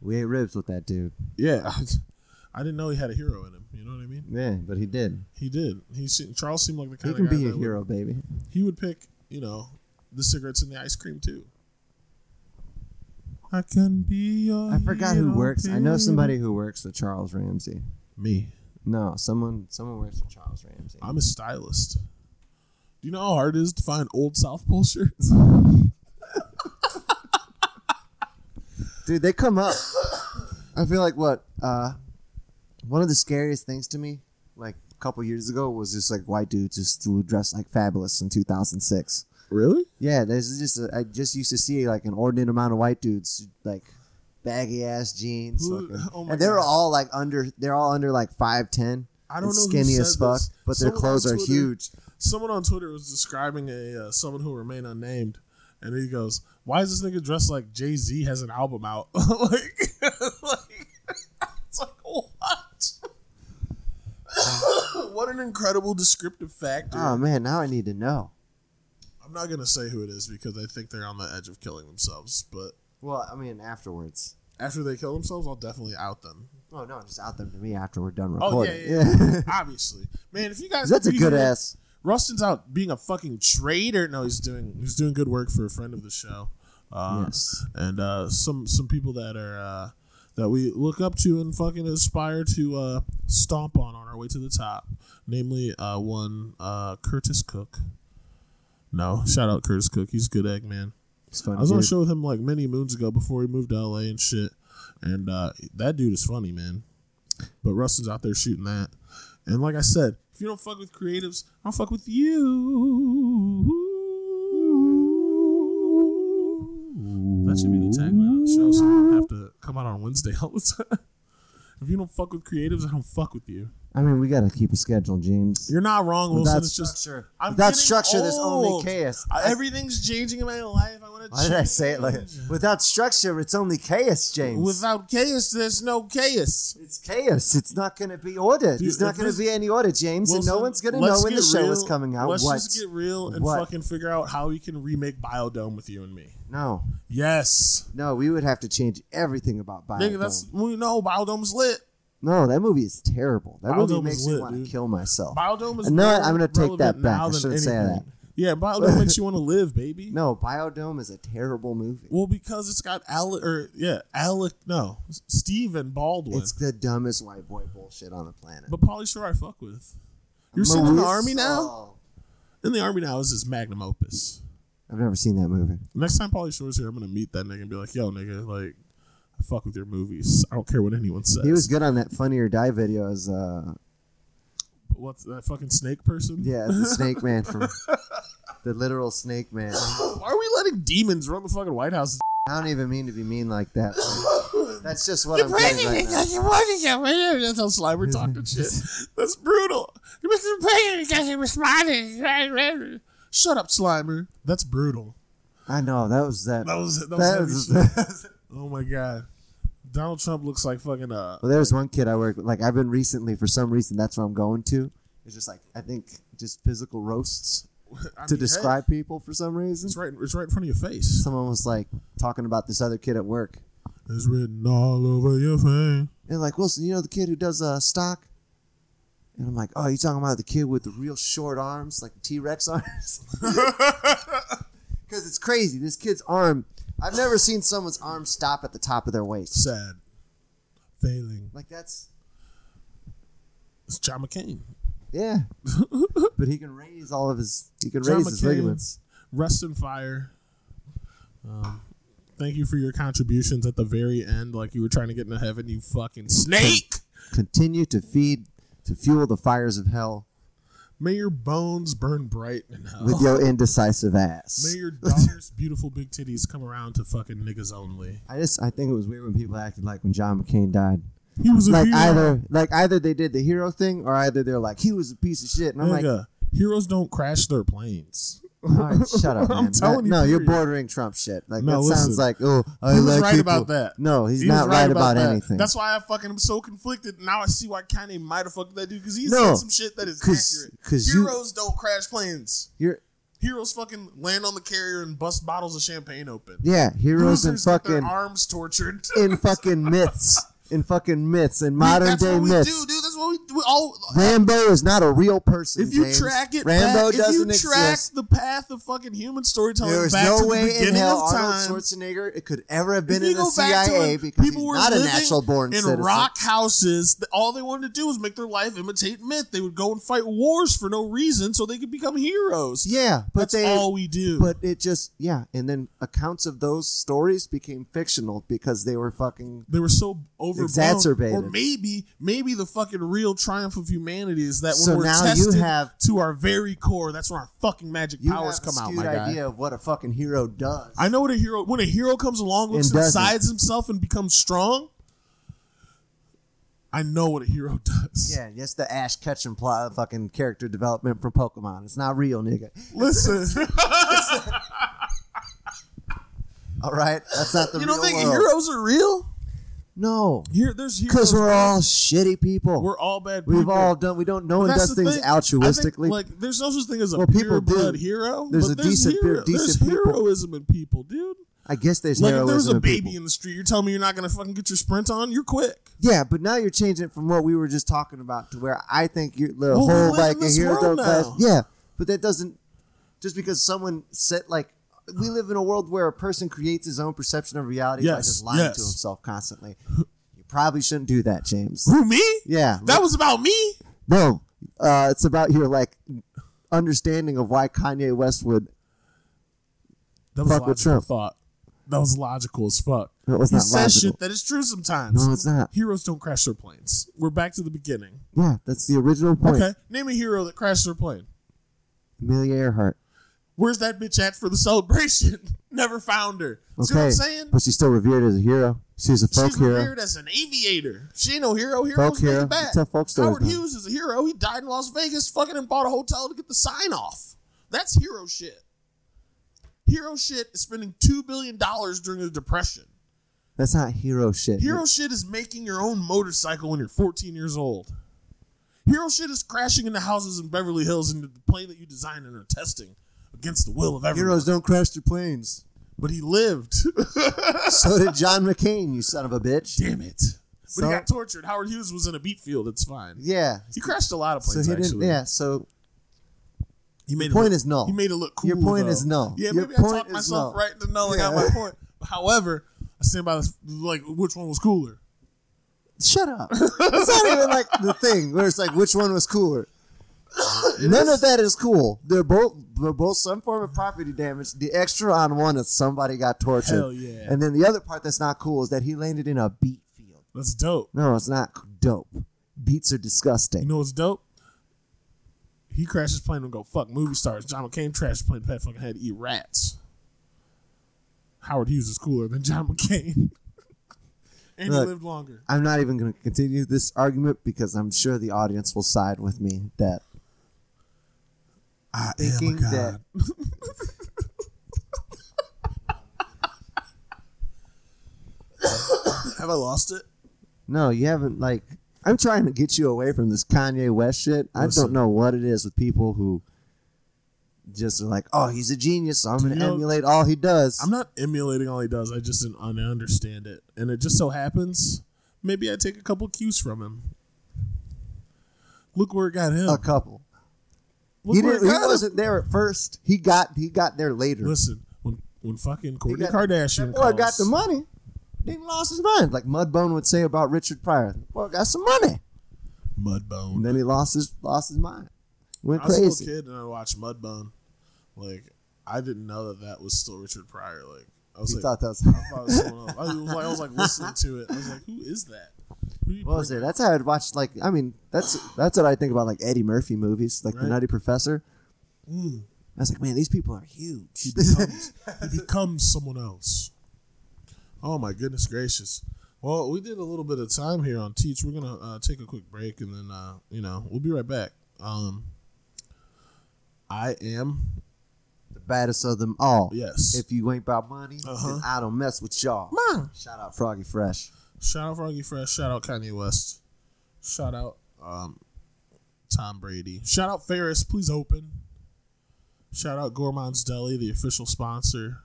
S1: we ate ribs with that dude.
S2: Yeah, I didn't know he had a hero in him. You know what I mean?
S1: Yeah, but he did.
S2: He did. He se- Charles seemed like the
S1: He
S2: kind
S1: can
S2: of guy
S1: be a
S2: that would-
S1: hero, baby.
S2: he would pick, you know, the cigarettes and the ice cream too. I can be your.
S1: I forgot who works. I know somebody who works with Charles Ramsey.
S2: Me.
S1: No, someone someone works with Charles Ramsey.
S2: I'm a stylist. Do you know how hard it is to find old South Pole shirts?
S1: Dude, they come up. I feel like what uh, one of the scariest things to me, like a couple years ago, was just like white dudes just who dressed like fabulous in 2006.
S2: Really?
S1: Yeah, there's just a, I just used to see like an ordinate amount of white dudes like baggy ass jeans,
S2: Who-
S1: fucking-
S2: oh my
S1: and they're
S2: God.
S1: all like under they're all under like five ten.
S2: I don't know. who
S1: skinny
S2: said
S1: as fuck,
S2: this.
S1: but their
S2: Someone
S1: clothes
S2: on
S1: are
S2: Twitter-
S1: huge.
S2: Someone on Twitter was describing a uh, someone who remained unnamed, and he goes, "Why is this nigga dressed like Jay Z has an album out?" like, like, it's like what? incredible descriptive factor.
S1: Oh man, now I need to know.
S2: I'm not gonna say who it is because I think they're on the edge of killing themselves. But
S1: Well, I mean afterwards.
S2: after they kill themselves, I'll definitely out them.
S1: Oh no, just out them to me after we're done
S2: Oh
S1: recording.
S2: yeah, yeah,
S1: Yeah.
S2: yeah. obviously, man. If you guys,
S1: That's a
S2: could
S1: good
S2: hear-
S1: ass.
S2: Rustin's out being a fucking traitor. No, he's doing he's doing good work for a friend of the show. Uh,
S1: yes.
S2: and uh, some some people that are uh, that we look up to and fucking aspire to uh, stomp on on our way to the top. Namely, uh, one uh, Curtis Cook. No, shout out Curtis Cook. He's a good egg man.
S1: It's funny.
S2: I was on a
S1: dude.
S2: show with him like many moons ago before he moved to LA and shit. And uh, that dude is funny, man. But Rustin's out there shooting that. And like I said, if you don't fuck with creatives, I don't fuck with you. That should be the tagline of the show, so I have to come out on Wednesday all the time. if you don't fuck with creatives, I don't fuck with you.
S1: I mean, we gotta keep a schedule, James.
S2: You're not wrong, Wilson.
S1: Without
S2: It's just
S1: structure,
S2: I'm
S1: without
S2: getting
S1: structure, there's only
S2: old.
S1: chaos.
S2: I- everything's changing in my life. I want to.
S1: Why did I say it like that? Without structure, it's only chaos, James.
S2: Without chaos, there's no chaos.
S1: it's chaos. It's not going to be ordered.
S2: Dude,
S1: It's not
S2: if
S1: going to
S2: this-
S1: be any order, James, and no
S2: Wilson,
S1: one's going to
S2: let's
S1: know when the
S2: get
S1: show is
S2: real-
S1: coming out.
S2: Let's
S1: what?
S2: just get real and
S1: What?
S2: fucking figure out how we can remake Biodome with you and me.
S1: no,
S2: Yes.
S1: no, we would have to change everything about Biodome.
S2: Nigga, that's we know Biodome's lit.
S1: no, that movie is terrible. That movie
S2: Biodome
S1: makes
S2: is
S1: me
S2: lit,
S1: want to
S2: dude.
S1: kill myself.
S2: Biodome is
S1: You know
S2: more
S1: what? I'm gonna take
S2: relevant
S1: that back.
S2: now
S1: I
S2: than
S1: shouldn't say
S2: anything. Yeah, Biodome makes you want to live, baby.
S1: no, Biodome is a terrible movie.
S2: Well, because it's got Alec or yeah, Alec no, Steven Baldwin.
S1: It's the dumbest white boy bullshit on the planet.
S2: but Polly Shore I fuck with. You're sitting in the
S1: Melissa-
S2: army now?
S1: Oh,
S2: In the army now is his magnum opus.
S1: I've never seen that movie.
S2: Next time Polly Shore's here, I'm gonna meet that nigga and be like, "Yo, nigga, like, I fuck with your movies. I don't care what anyone says."
S1: He was good on that Funny or Die video as uh,
S2: What's that fucking snake person?
S1: Yeah, the snake man from the literal snake man. I
S2: Why are we letting demons run the fucking White House?
S1: don't even mean to be mean like that. but That's just what I'm getting right now.
S2: That's how Slimer we're talking shit. That's brutal. The Mr. President doesn't respond. Shut up, Slimer. That's brutal.
S1: I know that was that.
S2: That was that was,
S1: That
S2: heavy
S1: was-
S2: shit. Oh my god, Donald Trump looks like fucking uh.
S1: well, there was one kid I work with. Like I've been recently for some reason. That's where I'm going to. It's just like I think just physical roasts
S2: I
S1: to
S2: mean, hey,
S1: describe people for some reason.
S2: it's right. It's right in front of your face.
S1: Someone was like talking about this other kid at work.
S2: It's written all over your face.
S1: And like Wilson, you know the kid who does uh, stock. And I'm like, oh, you talking about the kid with the real short arms, like T Rex arms? Because it's crazy. This kid's arm. I've never seen someone's arm stop at the top of their waist.
S2: Sad. Failing.
S1: Like that's
S2: It's John McCain.
S1: yeah. but he can raise all of his. He can
S2: John
S1: raise his
S2: McCain.
S1: ligaments.
S2: Rest in fire. Um, thank you for your contributions at the very end. Like you were trying to get into heaven, you fucking snake.
S1: Continue to feed to fuel the fires of hell
S2: May your bones burn bright in hell.
S1: with your indecisive
S2: May
S1: ass.
S2: your daughter's beautiful big titties come around to fucking niggas only.
S1: I just I think it was weird when people acted like when John McCain died.
S2: He was a
S1: Like
S2: hero.
S1: either like either they did the hero thing or either they're like he was a piece of shit and I'm like
S2: Nigga, heroes don't crash their planes.
S1: All right, shut up, man.
S2: I'm telling
S1: That-
S2: you,
S1: No, you're
S2: period.
S1: bordering Trump shit. Like
S2: No,
S1: that sounds
S2: listen.
S1: like oh, I
S2: He was
S1: like
S2: right
S1: people.
S2: about that.
S1: No, he's
S2: He was
S1: not right, about,
S2: that.
S1: anything.
S2: That's why I fucking am so conflicted. Now I see why Kanye might have fucked with that dude because he's
S1: No,
S2: said some shit that is
S1: 'cause-
S2: accurate.
S1: 'cause you-
S2: Heroes don't crash planes.
S1: you're
S2: Heroes fucking land on the carrier and bust bottles of champagne open.
S1: yeah, heroes in
S2: Losers get
S1: fucking
S2: their arms tortured.
S1: in fucking myths, in fucking myths, in modern
S2: That's
S1: day
S2: what
S1: myths.
S2: we do, dude. That's what we, we all.
S1: Rambo is not a real person.
S2: If you
S1: James.
S2: track it,
S1: Rambo
S2: back,
S1: doesn't
S2: if you track
S1: exist.
S2: the path of fucking human storytelling
S1: There is
S2: back to
S1: no
S2: the
S1: way in
S2: beginning
S1: hell
S2: of time,
S1: Arnold Schwarzenegger it could ever have been
S2: If
S1: in
S2: you
S1: the
S2: go back to
S1: CIA
S2: when
S1: because
S2: people
S1: he's
S2: were
S1: not a
S2: living
S1: natural born
S2: in
S1: citizen.
S2: rock houses, th- all they wanted to do was make their life imitate myth. They would go and fight wars for no reason so they could become heroes.
S1: Yeah, but
S2: That's
S1: they
S2: all we do.
S1: but it just yeah, and then accounts of those stories became fictional because they were fucking
S2: they were so overblown.
S1: Exacerbated.
S2: Or maybe, maybe the fucking real triumph of humanity is that when
S1: So
S2: we're
S1: now you
S2: tested
S1: have-
S2: to our very core, that's when our fucking magic
S1: you
S2: powers
S1: have a
S2: come out,
S1: skewed
S2: my guy.
S1: idea of what a fucking hero does.
S2: I know what a hero when a hero comes along, looks
S1: And doesn't.
S2: inside himself and becomes strong. I know what a hero does.
S1: yeah, that's the Ash Ketchum plot, fucking character development from Pokemon. It's not real, nigga.
S2: Listen,
S1: All right, that's not the
S2: you
S1: real
S2: don't think
S1: world.
S2: heroes are real?
S1: No,
S2: Here, there's here.
S1: because we're all shitty people.
S2: we're all bad.
S1: We've
S2: people.
S1: all done. We don't. No one
S2: That's
S1: does
S2: the
S1: things
S2: thing. I think,
S1: altruistically.
S2: like, there's no such thing as a
S1: Well, people
S2: pure blood
S1: do.
S2: hero.
S1: There's
S2: but
S1: a decent peer-
S2: hero,
S1: decent
S2: there's
S1: people.
S2: heroism in people, dude.
S1: I guess there's
S2: Like if
S1: heroism.
S2: there was a
S1: in
S2: baby
S1: people.
S2: in the street, you're telling me you're not gonna fucking get your sprint on? You're quick.
S1: Yeah, but now you're changing it from what we were just talking about to where I think you're the
S2: Well, we
S1: whole
S2: live
S1: like
S2: in
S1: a
S2: this
S1: hero
S2: world
S1: class.
S2: now.
S1: Yeah, but that doesn't just because someone said like we live in a world where a person creates his own perception of reality by
S2: Yes,
S1: just lying
S2: yes.
S1: to himself constantly. You probably shouldn't do that, James.
S2: Who me?
S1: Yeah,
S2: That was about me.
S1: no. Uh, it's about your like understanding of why Kanye West would.
S2: That was
S1: Fuck with
S2: logical
S1: Trump.
S2: thought. That was logical as fuck.
S1: That was
S2: he
S1: not
S2: says
S1: logical.
S2: shit that is true sometimes.
S1: No, it's not.
S2: Heroes don't crash their planes. We're back to the beginning.
S1: Yeah, that's the original point.
S2: Okay. Name a hero that crashed their plane.
S1: Amelia Earhart.
S2: Where's that bitch at for the celebration? Never found her.
S1: Okay,
S2: See what I'm saying?
S1: but she's still revered as a hero. She's a folk
S2: She's
S1: hero.
S2: revered as an aviator. She ain't no hero. Heroes
S1: Folk
S2: make
S1: hero.
S2: it back.
S1: It's a folk story,
S2: Howard
S1: though.
S2: Hughes is a hero. He died in Las Vegas, fucking, and bought a hotel to get the sign off. That's hero shit. Hero shit is spending two billion dollars during the depression.
S1: That's not hero shit.
S2: Hero shit is making your own motorcycle when you're 14 years old. Hero shit is crashing into houses in Beverly Hills into the plane that you designed and are testing against the will of everyone.
S1: Heroes don't crash their planes.
S2: But he lived.
S1: So did John McCain, you son of a bitch.
S2: Damn it. But
S1: So-
S2: he got tortured. Howard Hughes was in a beat field. It's fine.
S1: Yeah.
S2: He crashed a lot of
S1: So
S2: planes.
S1: he didn't.
S2: actually.
S1: Yeah. So
S2: He made it
S1: point
S2: look-
S1: is null.
S2: He made it look cool.
S1: Your point
S2: though.
S1: is null.
S2: Yeah,
S1: Your
S2: maybe I
S1: point
S2: talked
S1: is null.
S2: myself right to nulling out
S1: Yeah.
S2: my point. However, I stand by this. Like, which one was cooler?
S1: shut up. It's not even like the thing where it's like which one was cooler. None of that is cool. They're both they're both some form of property damage. The extra on one is somebody got tortured.
S2: Hell yeah.
S1: And then the other part that's not cool is that he landed in a beat field.
S2: That's dope.
S1: No, it's not dope. Beats are
S2: You
S1: disgusting.
S2: know what's dope? He crashed his plane and go fuck movie stars. John McCain trashed his plane. Pat fucking had to eat rats. Howard Hughes is cooler than John McCain, and
S1: Look.
S2: he lived longer.
S1: I'm not even going to continue this argument because I'm sure the audience will side with me that
S2: I
S1: thinking that
S2: Have I lost it?
S1: no, you haven't like I'm trying to get you away from this Kanye West shit. I don't
S2: Listen.
S1: know what it is with people who just are like, "Oh, he's a genius, so I'm going
S2: You
S1: to
S2: know-
S1: emulate all he does."
S2: I'm not emulating all he does. I just didn't un- understand it, and it just so happens maybe I take a couple cues from him. Look where it got him.
S1: a couple.
S2: Look
S1: he
S2: where it
S1: didn't, he
S2: got him.
S1: wasn't there at first. He got he got there later.
S2: Listen, when when fucking Kourtney
S1: got-
S2: Kardashian
S1: Boy
S2: calls,
S1: got the money. Then lost his mind, like Mudbone would say about Richard Pryor. Boy got some money,
S2: Mudbone.
S1: and then he lost his lost his mind. Went
S2: I was a little
S1: crazy.
S2: kid and I watched Mudbone. Like I didn't know that that was still Richard Pryor. Like I was
S1: He
S2: like,
S1: thought that was
S2: I thought it was someone else. I was, like, I was like listening to it. I was like, who is that? Who you
S1: What was it? That's how I'd watch. Like, I mean, that's that's what I think about like Eddie Murphy movies, like The
S2: Right. Mm.
S1: Nutty Professor. I was like, man, these people are huge.
S2: bring- He becomes someone else. Oh my goodness gracious. Well, we did a little bit of time here on Teach. We're gonna uh, take a quick break and then uh, you know we'll be right back. Um, I am
S1: the baddest of them all.
S2: yes.
S1: If you ain't about money,
S2: Uh-huh.
S1: then I don't mess with y'all.
S2: Ma.
S1: Shout out Froggy Fresh.
S2: Shout out Froggy Fresh. Shout out Kanye West. Shout out um, Tom Brady. Shout out Ferris. Please open. Shout out Gourmand's Deli, the official sponsor.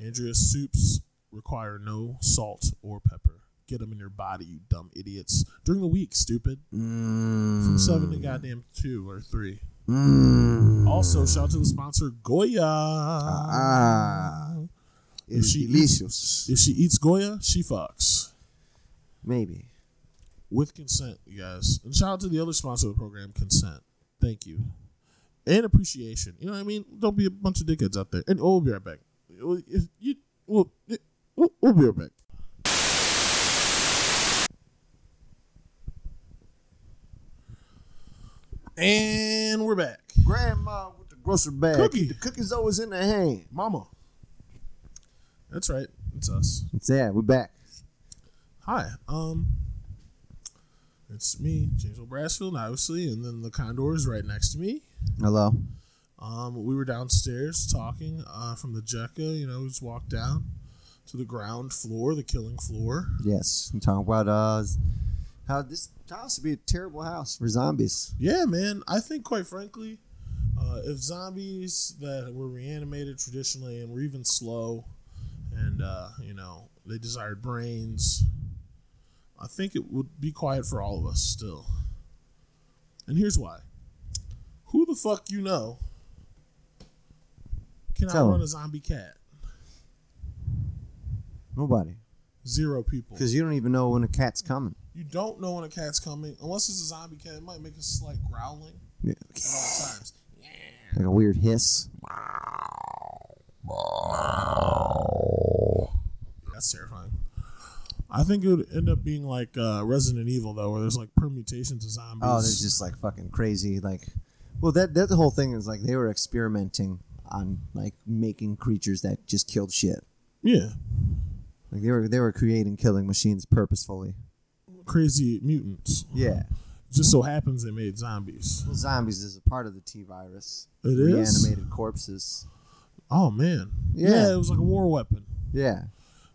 S2: Andrea's soups require no salt or pepper. Get them in your body, you dumb idiots. During the week, stupid. From seven to goddamn two or three. Also, shout out to the sponsor Goya.
S1: Ah, it's
S2: she eats-
S1: delicious.
S2: If she eats Goya, she fucks.
S1: Maybe.
S2: with consent, you guys. And shout out to the other sponsor of the program, Consent. Thank you. And appreciation. You know what I mean? Don't be a bunch of dickheads out there. And we'll be right back. Well, if you- well, it- we'll- we'll be right back. And we're back.
S1: Grandma with the grocery bag.
S2: Cookie.
S1: The cookie's always in the hand.
S2: Mama. That's right. It's us.
S1: Yeah, we're back.
S2: Hi, um, it's me, James L. Brasfield, obviously, and then the Condor is right next to me.
S1: Hello.
S2: Um, we were downstairs talking uh, from the Jekka. You know, we just walked down. to the ground floor, the killing floor.
S1: Yes, I'm talking about uh, how this house would be a terrible house for zombies.
S2: Yeah, man. I think, quite frankly, uh, if zombies that were reanimated traditionally and were even slow, and uh, you know they desired brains, I think it would be quiet for all of us still. And here's why: Who the fuck you know can
S1: Tell
S2: outrun
S1: him.
S2: a zombie cat?
S1: Nobody,
S2: Zero people.
S1: because you don't even know when a cat's coming.
S2: You don't know when a cat's coming unless it's a zombie cat. It might make a slight growling
S1: Yeah.
S2: at all times.
S1: Like a weird hiss.
S2: That's terrifying. I think it would end up being like uh, Resident Evil though, where there's like permutations of zombies.
S1: Oh, there's just like fucking crazy. Like, well, that that whole thing is like they were experimenting on like making creatures that just killed shit.
S2: yeah,
S1: Like they were they were creating killing machines purposefully.
S2: crazy mutants.
S1: Yeah,
S2: Just so happens they made zombies.
S1: well, zombies is a part of the T virus.
S2: It is?
S1: reanimated corpses.
S2: Oh man, yeah.
S1: Yeah.
S2: it was like a war weapon,
S1: Yeah,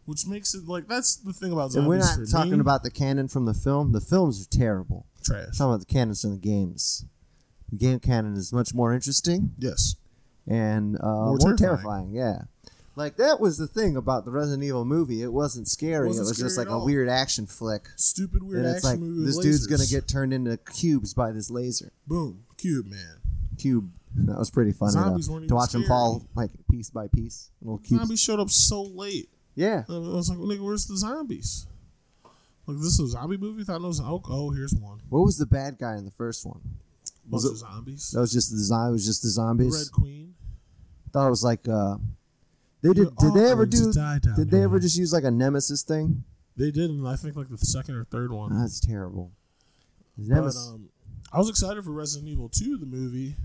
S2: which makes it like that's the thing about zombies.
S1: and we're not
S2: for
S1: talking
S2: me.
S1: about the canon from the film. The films are terrible.
S2: trash.
S1: We're talking about the canons from the games. The game canon is much more interesting
S2: Yes,
S1: and uh, more,
S2: terrifying.
S1: terrifying. Yeah, like that was the thing about the Resident Evil movie. It wasn't scary. It,
S2: Wasn't
S1: was
S2: scary
S1: just
S2: at
S1: like a
S2: all.
S1: weird action flick.
S2: stupid weird
S1: and it's
S2: action
S1: like
S2: movie. with
S1: this dude's
S2: lasers.
S1: gonna get turned into cubes by this laser
S2: boom cube man.
S1: cube. That was pretty funny
S2: Zombies
S1: though,
S2: weren't
S1: to
S2: even
S1: watch him
S2: scary.
S1: fall like piece by piece, little cubes.
S2: Zombies showed up so late.
S1: Yeah,
S2: I was like, nigga, where's the zombies? Like this is a zombie movie. Thought it was oh, oh here's one
S1: what was the bad guy in the first one?
S2: bunch
S1: Was
S2: of
S1: it-
S2: zombies.
S1: That was just the zo- it was just the zombies.
S2: Red Queen.
S1: Thought it was like uh, they did.
S2: You're
S1: Did they ever
S2: offering to
S1: do?
S2: die down
S1: Did they
S2: here.
S1: ever just use like a nemesis thing? Ah,
S2: They did, and I think like the second or third one.
S1: That's terrible. His
S2: But,
S1: nemesis.
S2: um, I was excited for Resident Evil 2, the movie,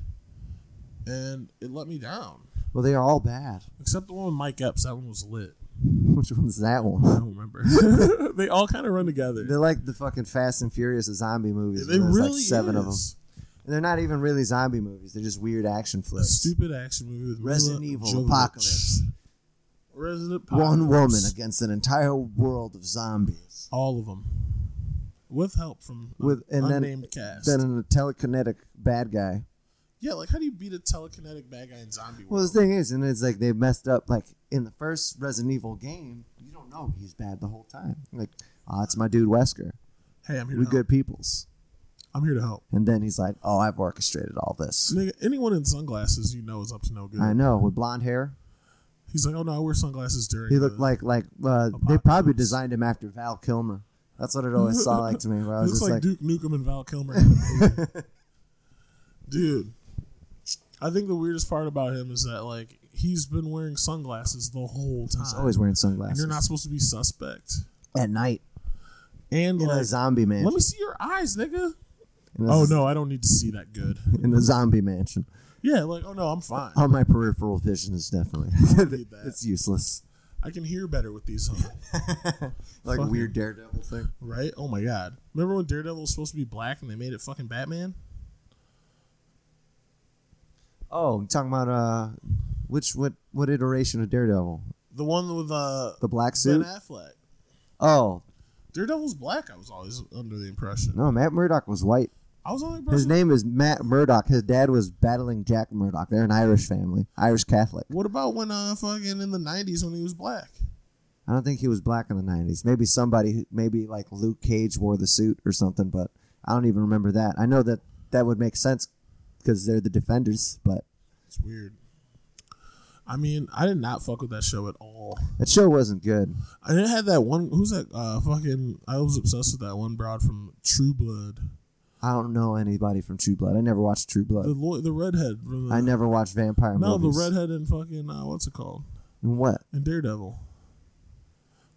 S2: and it let me down.
S1: well, they are all bad.
S2: Except the one with Mike Epps. That one was lit.
S1: Which one's that
S2: I
S1: one?
S2: don't remember. they all kind of run together.
S1: They're like the fucking Fast and Furious of zombie movies.
S2: They
S1: where there's
S2: really
S1: like seven of them.
S2: is.
S1: And they're not even really zombie movies. They're just weird action
S2: A
S1: flicks.
S2: stupid action movie with
S1: Resident
S2: Mila
S1: Evil
S2: Jovovich.
S1: Apocalypse.
S2: Resident Apocalypse.
S1: One woman against an entire world of zombies.
S2: All of them. With help from
S1: With
S2: an
S1: and then
S2: unnamed cast.
S1: then a telekinetic bad guy.
S2: yeah, like how do you beat a telekinetic bad guy in zombie
S1: Well, the
S2: world?
S1: thing is, and it's like they messed up. Like in the first Resident Evil game, you don't know he's bad the whole time. Like, ah, it's my dude Wesker.
S2: hey, I'm here to
S1: We
S2: help.
S1: good peoples.
S2: I'm here to help.
S1: And then he's like, "Oh, I've orchestrated all this.
S2: Nigga, anyone in sunglasses you know is up to no good.
S1: I know." With blonde hair,
S2: He's like, oh no, I wear sunglasses during.
S1: he
S2: the-
S1: looked like like uh, they probably designed him after Val Kilmer. That's what it always saw like to me. Where I was
S2: looks
S1: just
S2: like,
S1: like,
S2: Duke Nukem and Val Kilmer. in a movie. Dude, I think the weirdest part about him is that like he's been wearing sunglasses the whole time.
S1: "He's always wearing
S2: and
S1: sunglasses."
S2: you're not supposed to be suspect.
S1: at night
S2: And
S1: in a
S2: like,
S1: zombie mansion.
S2: let me see your eyes, nigga.
S1: in a-
S2: Oh no, I don't need to see that good.
S1: in a zombie mansion.
S2: Yeah, like oh no, I'm fine.
S1: Oh, my peripheral vision is definitely
S2: need that.
S1: it's useless.
S2: I can hear better with these on.
S1: Like
S2: Fucking-
S1: a weird daredevil thing.
S2: Right? Oh my god. Remember when Daredevil was supposed to be black and they made it fucking Batman?
S1: Oh, you're talking about uh, which what what iteration of Daredevil?
S2: The one with uh
S1: The black
S2: Ben
S1: suit.
S2: Affleck.
S1: Oh
S2: Daredevil's black. I was always under the impression.
S1: no, Matt Murdock was white.
S2: I was under the
S1: His
S2: impression.
S1: name is Matt Murdock. His dad was battling Jack Murdock. They're an Irish family, Irish Catholic.
S2: What about when uh fucking in the nineties when he was black?
S1: I don't think he was black in the '90s. Maybe somebody, who- maybe like Luke Cage wore the suit or something, but I don't even remember that. I know that that would make sense because they're the Defenders, but
S2: It's weird. I mean, I did not fuck with that show at all.
S1: that show wasn't good.
S2: And it had that one. Who's that? Uh, fucking. I was obsessed with that one broad from True Blood.
S1: I don't know anybody from True Blood. I never watched True
S2: The
S1: Blood.
S2: lo- the redhead. From the,
S1: I never watched vampire
S2: No,
S1: movies.
S2: the redhead in fucking uh, what's it called?
S1: What?
S2: In Daredevil.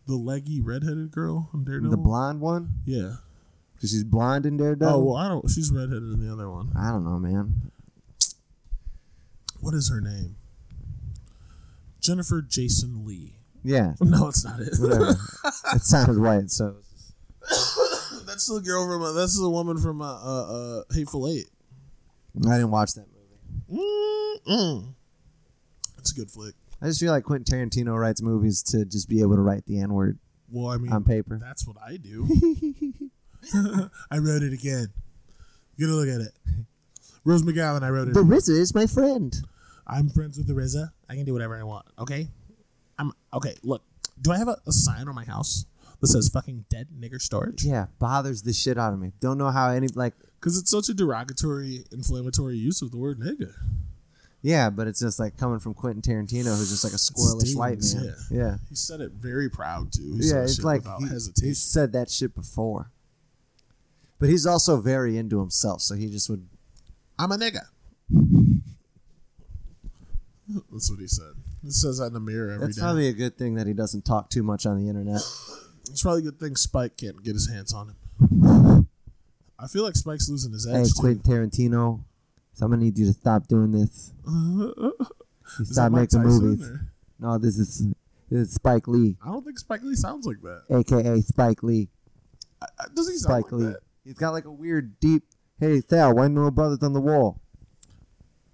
S2: The leggy redheaded girl in Daredevil.
S1: The blonde one?
S2: Yeah.
S1: Because she's blonde in Daredevil?
S2: Oh well, I don't. She's redheaded in the other one.
S1: I don't know, man.
S2: What is her name? Jennifer Jason Lee.
S1: Yeah,
S2: No, it's not it.
S1: whatever. it sounded right, so.
S2: That's the girl from. Uh, that's the woman from uh, uh, uh, Hateful Eight.
S1: I didn't watch that movie.
S2: Mm-mm. It's a good flick.
S1: I just feel like Quentin Tarantino writes movies to just be able to write the N word
S2: Well, I mean,
S1: on paper.
S2: that's what I do. I wrote it again. Get a look at it. Rose McGowan, I wrote it.
S1: The RZA is my friend.
S2: I'm friends with the RZA. I can do whatever I want. Okay. I'm okay. Look, do I have a, a sign on my house that says "fucking dead nigger storage"?
S1: Yeah, bothers the shit out of me. Don't know how any like.
S2: Because it's such a derogatory, inflammatory use of the word nigger.
S1: Yeah, but it's just like coming from Quentin Tarantino, who's just like a squirrelish white
S2: demons,
S1: man. Yeah,
S2: He said it very proud too. He
S1: yeah,
S2: said
S1: it's
S2: shit
S1: like
S2: without
S1: he,
S2: hesitation.
S1: he said that shit before. But he's also very into himself, so he just would.
S2: I'm a nigga. That's what he said. He says that in the mirror every day.
S1: That's probably a good thing that he doesn't talk too much on the internet.
S2: It's probably a good thing Spike can't get his hands on him. I feel like Spike's losing his
S1: Hey,
S2: edge. too.
S1: Quentin Tarantino, so I'm gonna need you to stop doing this. You
S2: Is that
S1: stop
S2: Mike
S1: making
S2: Tyson,
S1: movies.
S2: or-
S1: No, this is this is Spike Lee,
S2: I don't think Spike Lee sounds like that.
S1: aka Spike Lee.
S2: Uh, Doesn't he sound
S1: Spike
S2: like
S1: Lee.
S2: that?
S1: He's got like a weird deep. Hey Thal, why no brothers on the wall?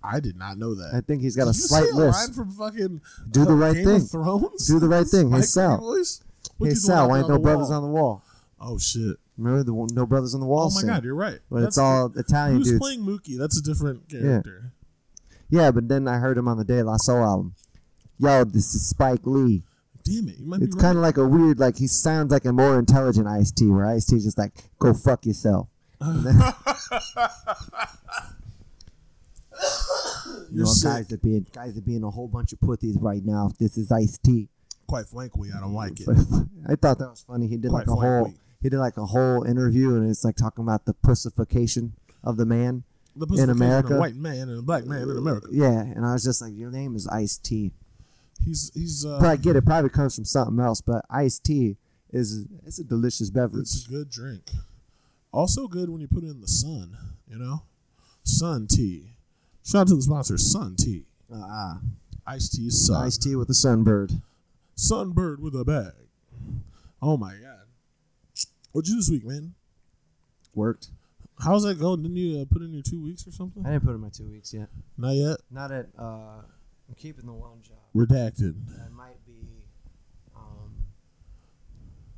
S2: I did not know that.
S1: I think he's got a
S2: Did you
S1: slight
S2: see a line
S1: lisp.
S2: from fucking
S1: Do the
S2: uh,
S1: right
S2: Game
S1: thing.
S2: Of Thrones.
S1: Do the right thing. Hey
S2: Spike
S1: Sal,
S2: Lee's-
S1: hey
S2: Wiki's
S1: Sal,
S2: walking
S1: why ain't
S2: on
S1: no
S2: the
S1: brothers
S2: wall.
S1: on the wall?
S2: Oh shit!
S1: Remember the one- no brothers on the wall?
S2: Oh my
S1: scene?
S2: god, you're right.
S1: But it's
S2: That's-
S1: all Italian
S2: Who's
S1: dudes.
S2: playing Mookie? That's a different character.
S1: Yeah, but then I heard him on the De La Soul album. Yo, this is Spike Lee.
S2: Damn it! You might
S1: It's
S2: be right.
S1: kind of like a weird, like he sounds like a more intelligent Ice T, where Ice T just like go fuck yourself. And then, you
S2: You're
S1: know,
S2: sick.
S1: guys are being guys are being a whole bunch of pussies right now. If this is Ice T,
S2: Quite frankly, I don't like it.
S1: I thought that was funny. He did
S2: Quite
S1: like a whole
S2: frankly.
S1: he did like a whole interview, and it's like talking about the pussification of the man.
S2: The Pacific is
S1: America?
S2: a white man and a black man in America.
S1: Yeah, and I was just like, your name is Ice T.
S2: He's he's uh,
S1: But I get it probably comes from something else. But Ice T is it's a delicious
S2: It's
S1: beverage.
S2: a good drink. Also good when you put it in the sun, you know? Sun tea. Shout out to the sponsor, Sun Tea.
S1: Ah,
S2: Iced tea sun.
S1: Ice T with a sunbird.
S2: Sunbird with a bag. Oh my god. What'd you do this week, man?
S1: Worked.
S2: How's that going? Didn't you uh, put in your two weeks or something?
S1: I didn't put in my two weeks yet.
S2: Not yet.
S1: Not at. Uh, I'm keeping the one job.
S2: Redacted.
S1: I might be. Um,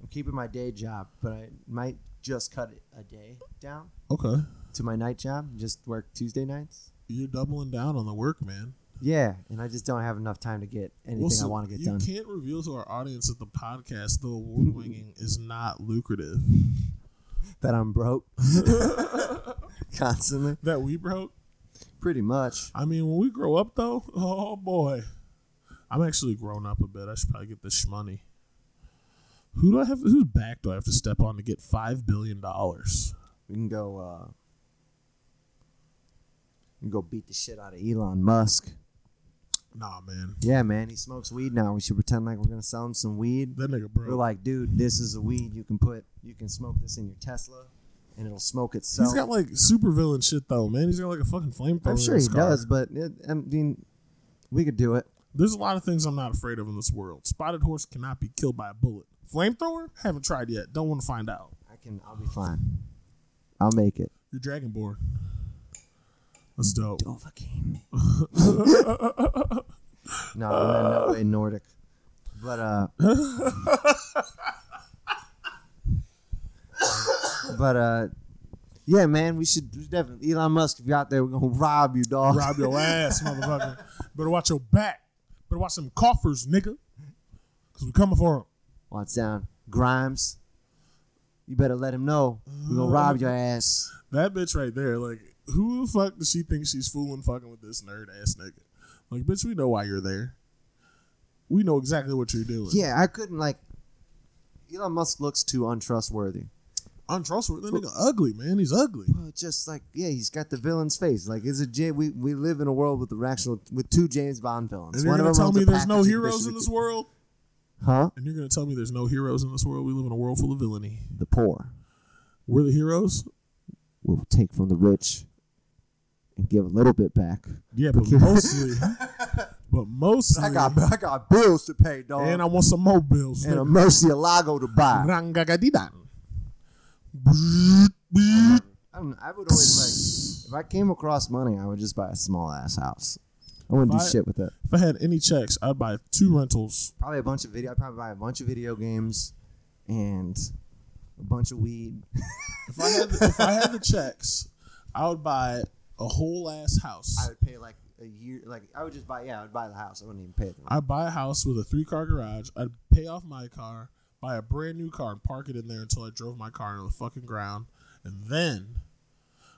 S1: I'm keeping my day job, but I might just cut it a day down
S2: Okay.
S1: to my night job. Just work Tuesday nights.
S2: You're doubling down on the work, man.
S1: Yeah, and I just don't have enough time to get anything
S2: Well, so
S1: I want to get
S2: you
S1: done.
S2: can't reveal to our audience that the podcast, the award winging, is not lucrative.
S1: That I'm broke constantly,
S2: That we broke?
S1: pretty much.
S2: I mean, when we grow up, though, oh boy, I'm actually grown up a bit. I should probably get this money. Who do I have? Whose back do I have to step on to get five billion dollars?
S1: We can go. Uh, we can go beat the shit out of Elon Musk.
S2: Nah, man,
S1: Yeah, man, he smokes weed now. We should pretend like we're gonna sell him some weed.
S2: that nigga
S1: We're
S2: broke.
S1: like, dude, this is a weed you can put, you can smoke this in your Tesla, and it'll smoke itself.
S2: He's got like super villain shit though, man. He's got like a fucking flamethrower.
S1: I'm
S2: in
S1: sure he
S2: his car.
S1: does, but it, I mean, we could do it.
S2: There's a lot of things I'm not afraid of in this world. Spotted horse cannot be killed by a bullet. Flamethrower? Haven't tried yet. Don't want to find out.
S1: I can. I'll be fine. I'll make it.
S2: You're dragonborn. That's dope.
S1: Overcame. no, I'm in no way Nordic, but uh, but uh, yeah, man, we should we definitely Elon Musk. If you're out there, we're gonna rob you, dog.
S2: Rob your ass, motherfucker. Better watch your back. Better watch them coffers, nigga. Cause we coming for him.
S1: Watch down. Grimes, you better let him know. We're going to rob your ass.
S2: That bitch right there, like, who the fuck does she think she's fooling fucking with this nerd ass nigga? Like, bitch, we know why you're there. We know exactly what you're doing.
S1: Yeah, I couldn't, like, Elon Musk looks too untrustworthy.
S2: Untrustworthy. That nigga ugly, man. He's ugly.
S1: Well, just like, yeah, he's got the villain's face. Like, is it J- we, we live in a world with the actual, with two James Bond villains.
S2: And you're
S1: One
S2: gonna
S1: of them
S2: tell
S1: owns
S2: me
S1: a
S2: there's no
S1: packaging
S2: heroes in
S1: distribu-
S2: this world?
S1: Huh?
S2: And you're gonna tell me there's no heroes in this world? We live in a world full of villainy.
S1: The poor
S2: We're the heroes?
S1: will take from the rich and give a little bit back.
S2: Yeah, but mostly but mostly
S1: I got, I got bills to pay, dog.
S2: and
S1: And,
S2: I want some more bills.
S1: a
S2: nigga.
S1: Murcielago to buy.
S2: Rangagadidan.
S1: I, don't, know, I would always, like, if I came across money, I would just buy a small ass house. I wouldn't do
S2: If I-
S1: shit with that.
S2: If I had any checks, I'd buy two rentals.
S1: Probably a bunch of video. I'd probably buy a bunch of video games and a bunch of weed.
S2: If I had the, if I had the checks, I would buy a whole ass house.
S1: I would pay like a year. Like I would just buy. Yeah, I'd buy the house. I wouldn't even pay the rent.
S2: I'd buy a house with a three car garage. I'd pay off my car, buy a brand new car, and park it in there until I drove my car into the fucking ground. And then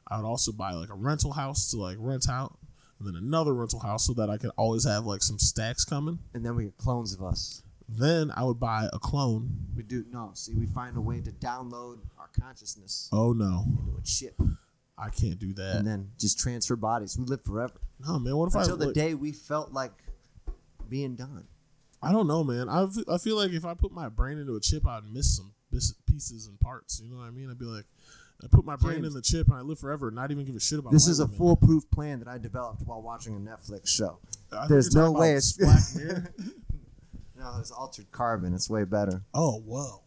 S2: I would also buy like a rental house to like rent out, and then another rental house so that I could always have like some stacks coming.
S1: And then we get clones of us.
S2: Then I would buy a clone.
S1: We do no. See, we find a way to download our consciousness
S2: Oh no,
S1: into a chip,
S2: I can't do
S1: and
S2: that.
S1: then just transfer bodies. We live forever
S2: No man, what if I
S1: until the
S2: like-
S1: day we felt like being done.
S2: I don't know, man. I f- I feel like if I put my brain into a chip, I'd miss some bis- pieces and parts. You know what I mean? I'd be like, I put my brain in
S1: James.
S2: the chip and I live forever, and not even give a shit about.
S1: This is a
S2: Weatherman.
S1: foolproof plan that I developed while watching a Netflix show.
S2: I think
S1: There's
S2: you're
S1: no
S2: talking
S1: way
S2: about
S1: it's
S2: Black Mirror.
S1: No, it's altered carbon. It's way better.
S2: oh, whoa.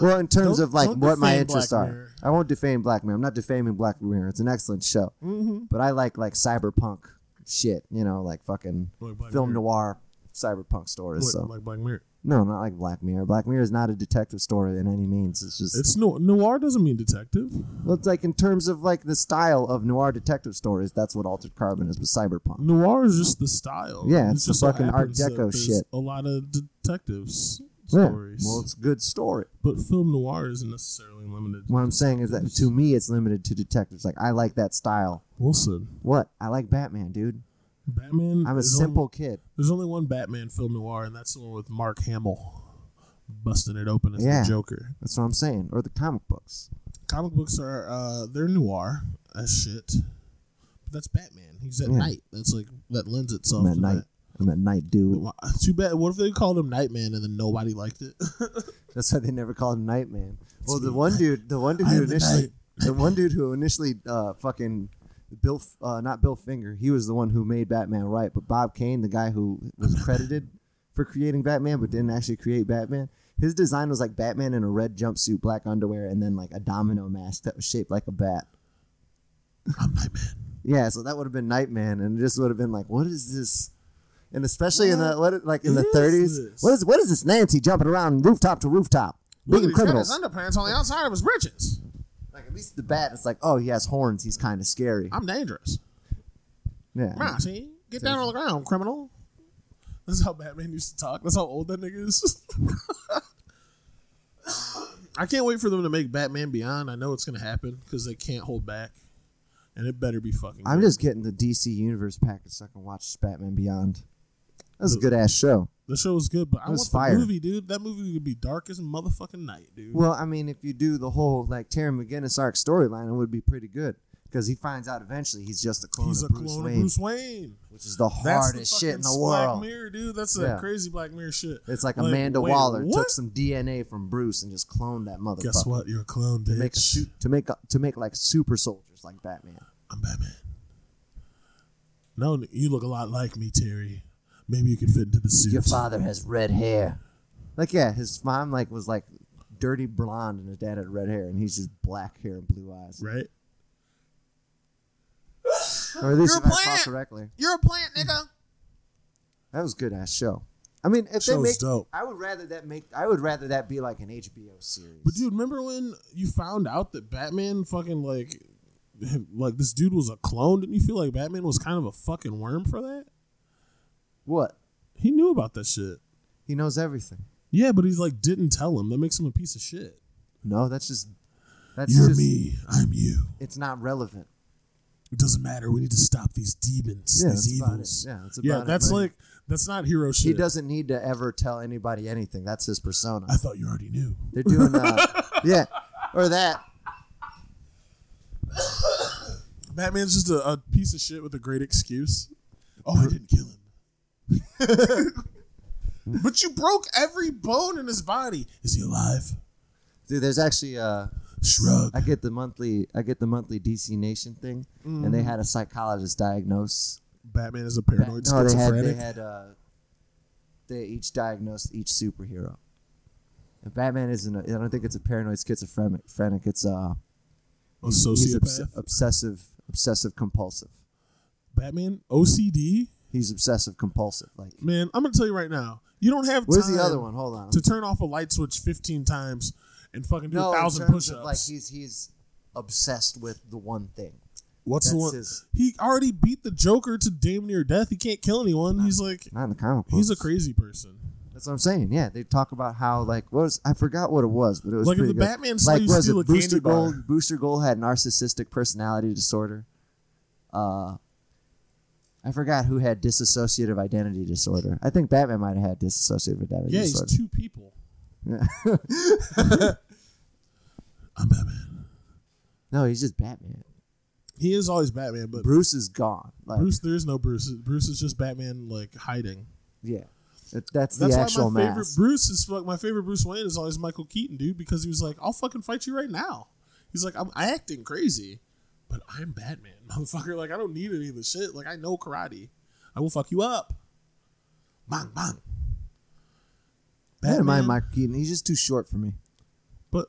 S1: Well, in terms
S2: Don't-
S1: of like
S2: don't
S1: what my
S2: defame
S1: interests
S2: Black
S1: are,
S2: Mirror.
S1: I won't defame Black Mirror. I'm not defaming Black Mirror. It's an excellent show,
S2: Mm-hmm.
S1: but I like like cyberpunk shit. You know, like fucking
S2: Like Black
S1: film
S2: Mirror.
S1: noir cyberpunk stories.
S2: Like,
S1: so
S2: like Black Mirror.
S1: no, not like Black Mirror. Black Mirror is not a detective story in any means. It's just
S2: It's no noir doesn't mean detective.
S1: well, it's like in terms of like the style of noir detective stories. That's what altered carbon is with cyberpunk.
S2: Noir is just the style.
S1: Yeah,
S2: It
S1: it's the
S2: just so
S1: fucking Art
S2: happens that
S1: Deco
S2: there's
S1: shit.
S2: A lot of detectives
S1: Yeah.
S2: stories,
S1: Well, it's a good story.
S2: but film noir isn't necessarily limited.
S1: What I'm saying is that to me, it's limited to detectives. Like I like that style.
S2: Wilson,
S1: What I like Batman, dude.
S2: Batman.
S1: I'm a
S2: is
S1: simple kid.
S2: There's only one Batman film noir, and that's the one with Mark Hamill busting it open as
S1: Yeah.
S2: the Joker.
S1: That's what I'm saying. Or the comic books.
S2: Comic books are uh, they're noir as shit, but that's Batman. He's at
S1: Yeah.
S2: night. That's like that lends itself
S1: I'm at
S2: to
S1: night.
S2: that.
S1: I'm at night, dude.
S2: Wha- Too bad. What if they called him Nightman and then nobody liked it?
S1: That's why they never called him Nightman. Well,
S2: me,
S1: the one dude, the one dude
S2: I
S1: who
S2: am the
S1: initially,
S2: night.
S1: the one dude who initially, uh, fucking Bill, F- uh, not Bill Finger. He was the one who made Batman right. But Bob Kane, the guy who was credited for creating Batman, but didn't actually create Batman. His design was like Batman in a red jumpsuit, black underwear, and then like a domino mask that was shaped like a bat.
S2: I'm Nightman.
S1: Yeah, so that would have been Nightman, and it just would have been like, what is this? And especially in the what, like in the
S2: is
S1: 30s,
S2: this?
S1: what is what is this Nancy jumping around rooftop to rooftop,
S2: Look
S1: beating
S2: at he's got his
S1: criminals?
S2: underpants on the outside of his britches.
S1: Like at least the bat, it's like, oh, he has horns, he's kind of scary.
S2: I'm dangerous.
S1: Yeah,
S2: Nah, see, get down on the ground, criminal. That's how Batman used to talk. That's how old that nigga is. I can't wait for them to make Batman Beyond. I know it's gonna happen because they can't hold back, and it better be fucking.
S1: I'm
S2: good.
S1: just getting the DC Universe package so I can watch Batman Beyond. That's a good ass show.
S2: the show is good, but I
S1: was
S2: want
S1: fire.
S2: the movie, dude. That movie could be dark as motherfucking night, dude.
S1: Well, I mean, if you do the whole like Terry McGinnis arc storyline, it would be pretty good because he finds out eventually he's just a clone,
S2: He's a
S1: of, Bruce
S2: clone
S1: Wayne,
S2: of Bruce Wayne.
S1: which is the
S2: That's
S1: hardest shit in the
S2: fucking
S1: world.
S2: Black Mirror, dude. That's that
S1: Yeah.
S2: crazy Black Mirror shit.
S1: It's like, Amanda
S2: wait,
S1: Waller
S2: what?
S1: took some DNA from Bruce and just cloned that motherfucker.
S2: Guess what? You're a clone, bitch.
S1: To make a suit, to make a, to make like super soldiers like Batman.
S2: I'm Batman. No, you look a lot like me, Terry. Maybe you can fit into the suit.
S1: Your father has red hair. Like yeah, his mom like was like dirty blonde and his dad had red hair and he's just black hair and blue eyes.
S2: Right?
S1: Or at least
S5: You're
S1: if I
S5: a
S1: thought
S5: plant!
S1: correctly.
S5: You're a plant, nigga.
S1: That was a good ass show. I mean, if they
S2: Show's
S1: make,
S2: dope.
S1: I would rather that make. I would rather that be like an HBO series.
S2: But dude, remember when you found out that Batman fucking like like this dude was a clone? Didn't you feel like Batman was kind of a fucking worm for that?
S1: what?
S2: He knew about that shit.
S1: He knows everything.
S2: Yeah, but he's like didn't tell him. That makes him a piece of shit.
S1: No, that's just. That's
S2: You're
S1: just.
S2: me. I'm you.
S1: It's not relevant.
S2: It doesn't matter. We need to stop these demons,
S1: Yeah,
S2: these
S1: that's about
S2: evils.
S1: it. Yeah, that's
S2: yeah,
S1: about it,
S2: that's
S1: buddy.
S2: like that's not hero shit.
S1: He doesn't need to ever tell anybody anything. That's his persona.
S2: I thought you already knew.
S1: They're doing uh, yeah, or that.
S2: Batman's just a, a piece of shit with a great excuse. Oh, I didn't kill him. but you broke every bone in his body. Is he alive?
S1: Dude, there's actually uh,
S2: Shrug.
S1: I get the monthly, I get the monthly DC Nation thing, and
S2: Mm.
S1: they had a psychologist diagnose.
S2: Batman is a paranoid
S1: no, they had
S2: schizophrenic.
S1: they had uh, they each diagnosed each superhero. And Batman isn't. A, I don't think it's a paranoid schizophrenic. Phrenic. It's uh,
S2: a
S1: he's obs-
S2: sociopath.
S1: obsessive, obsessive compulsive.
S2: Batman OCD.
S1: He's obsessive compulsive. Like,
S2: Man, I'm gonna tell you right now. You don't have
S1: where's
S2: time
S1: the other one? Hold on.
S2: to turn off a light switch 15 times and fucking do
S1: no,
S2: a
S1: in
S2: thousand
S1: terms
S2: push-ups.
S1: of, like he's he's obsessed with the one thing.
S2: What's the
S1: that's
S2: one?
S1: his-
S2: He already beat the Joker to damn near death. He can't kill anyone. He's like
S1: Not in the comic books.
S2: he's a crazy person.
S1: That's what I'm saying. Yeah, they talk about how like what was I forgot what it was, but it was
S2: Like, if
S1: pretty
S2: the
S1: good.
S2: Batman saw
S1: like
S2: you
S1: was
S2: steal a
S1: it Booster
S2: candy bar.
S1: Gold? Booster Gold had narcissistic personality disorder. Uh, I forgot who had dissociative identity disorder. I think Batman might have had dissociative identity
S2: Yeah, he's
S1: disorder.
S2: two people. I'm Batman.
S1: no, he's just Batman.
S2: He is always Batman, but Bruce,
S1: Bruce is gone. Like
S2: there is no Bruce. Bruce is just Batman, like hiding.
S1: yeah, That- that's,
S2: That's
S1: the
S2: why
S1: actual
S2: my favorite
S1: mask.
S2: Bruce is fuck- my favorite Bruce Wayne is always Michael Keaton, dude, because he was like, "I'll fucking fight you right now." He's like, "I'm acting crazy, but I'm Batman, motherfucker. Like, I don't need any of this shit. Like, I know karate. I will fuck you up. Bang bang."
S1: I don't mind Michael Keaton. He's just too short for me.
S2: but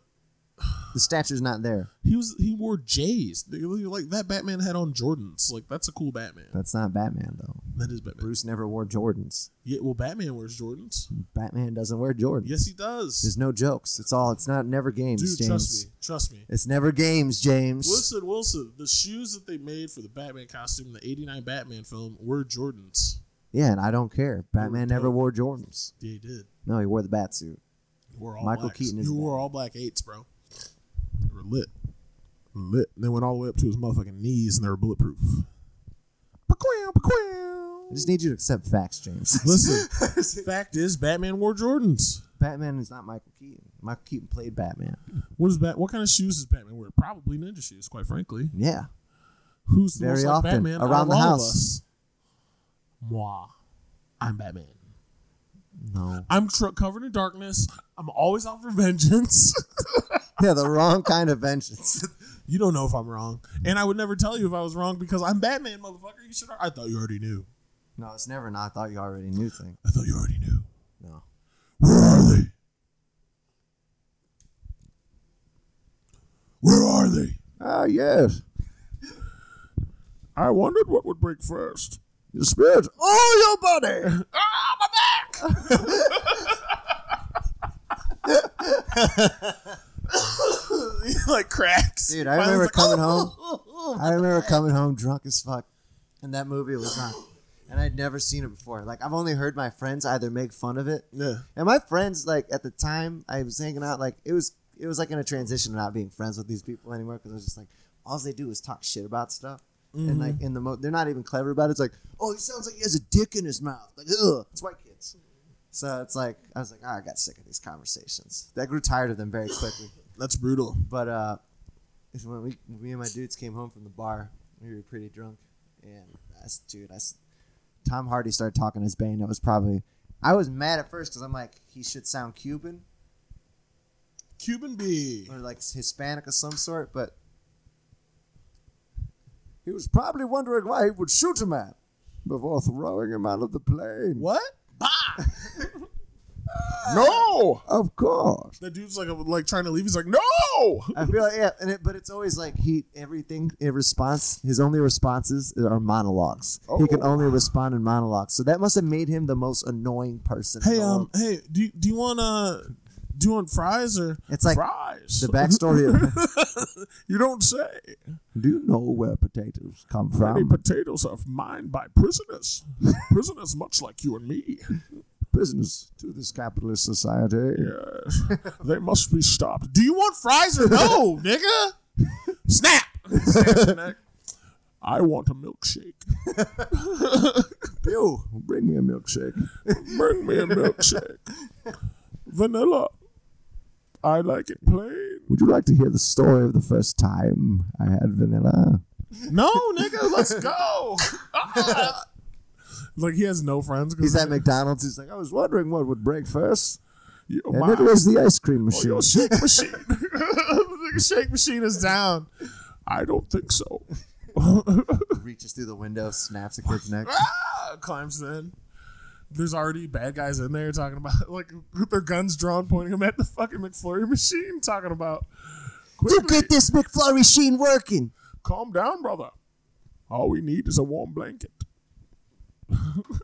S1: The stature's not there.
S2: he was he wore J's. They look Like that Batman had on Jordans. Like that's a cool Batman.
S1: That's not Batman though.
S2: That is Batman.
S1: Bruce never wore Jordans.
S2: Yeah, well, Batman wears Jordans.
S1: Batman doesn't wear Jordans.
S2: Yes, he does.
S1: There's no jokes. It's all. It's not never games,
S2: Dude,
S1: James.
S2: trust me. Trust me.
S1: It's never games, James.
S2: Wilson, Wilson, the shoes that they made for the Batman costume in the 89 Batman film were Jordans.
S1: Yeah, and I don't care. Batman never wore Jordans.
S2: They did.
S1: No, he wore the bat suit.
S2: You wore all
S1: Michael
S2: blacks.
S1: Keaton is
S2: You wore
S1: Batman.
S2: all black eights, bro. They were lit. Lit. And they went all the way up to his motherfucking knees and they were bulletproof. Ba-quow, ba-quow.
S1: I just need you to accept facts, James.
S2: Listen, fact is, Batman wore Jordans.
S1: Batman is not Michael Keaton. Michael Keaton played Batman.
S2: What is Bat? What kind of shoes does Batman wear? Probably ninja shoes, quite frankly.
S1: Yeah.
S2: Who's the
S1: Very
S2: most like
S1: often,
S2: Batman out
S1: around
S2: of
S1: the
S2: all of
S1: house.
S2: us? Moi, I'm Batman.
S1: No.
S2: I'm tr- covered in darkness. I'm always out for vengeance.
S1: Yeah, the wrong kind of vengeance.
S2: you don't know if I'm wrong, and I would never tell you if I was wrong because I'm Batman, motherfucker. You should. I thought you already knew.
S1: no, it's never not. I thought you already knew thing.
S2: I thought you already knew.
S1: No.
S2: Where are they? Where are they?
S1: Ah, yes.
S2: I wondered what would break first.
S1: Your spirit. Oh, your body.
S2: Ah, my back! He, like cracks.
S1: Dude, I
S2: Finally,
S1: remember
S2: it's
S1: coming
S2: "Oh."
S1: I remember coming home drunk as fuck, and that movie was on, and I'd never seen it before. Like I've only heard my friends either make fun of it,
S2: Yeah.
S1: and my friends like at the time I was hanging out, like it was it was like in a transition of not being friends with these people anymore because I was just like all they do is talk shit about stuff. And like in the mo, they're not even clever about it. It's like, oh, he sounds like he has a dick in his mouth. Like, ugh, it's white kids. So it's like I was like, oh, I got sick of these conversations. I grew tired of them very quickly.
S2: oh, That's brutal.
S1: But uh, it's when we, me and my dudes came home from the bar, we were pretty drunk, and that's dude, that's Tom Hardy started talking his Bane. That was probably I was mad at first because I'm like he should sound Cuban
S2: Cuban B.
S1: or like Hispanic of some sort, but he was probably wondering why he would shoot a man before throwing him out of the plane.
S2: What? Bah! no!
S1: Of course.
S2: That dude's like like trying to leave. He's like, no!
S1: I feel like yeah, and it, but it's always like he everything in response. His only responses are monologues. He can only respond in monologues. So that must have made him the most annoying person. in
S2: Hey,
S1: the
S2: um,
S1: world.
S2: hey, do, do you want uh, do you want fries or
S1: It's like
S2: fries?
S1: the backstory. Of,
S2: you don't say.
S1: do you know where potatoes come
S2: Many
S1: from?
S2: potatoes are mined by prisoners. prisoners much like you and me.
S1: Prisoners to this capitalist society.
S2: Yes. they must be stopped. Do you want fries or no, nigga? Snap! Snaps the neck. I want a milkshake.
S1: Bill, bring me a milkshake.
S2: Bring me a milkshake. Vanilla. I like it plain.
S1: Would you like to hear the story of the first time I had vanilla?
S2: No, nigga, let's go. Ah. like he has no friends. 'cause
S1: He's at McDonald's. He's like, I was wondering what would break first,
S2: Yo,
S1: and
S2: my-
S1: it was the ice cream
S2: oh,
S1: machine.
S2: yo, shake machine. the shake machine is down. I don't think so.
S1: Reaches through the window, snaps a kid's neck.
S2: ah, climbs in. There's already bad guys in there talking about like with their guns drawn, pointing them at the fucking McFlurry machine, talking about.
S1: You
S2: Quickly,
S1: get this McFlurry sheen working.
S2: calm down, brother. All we need is a warm blanket.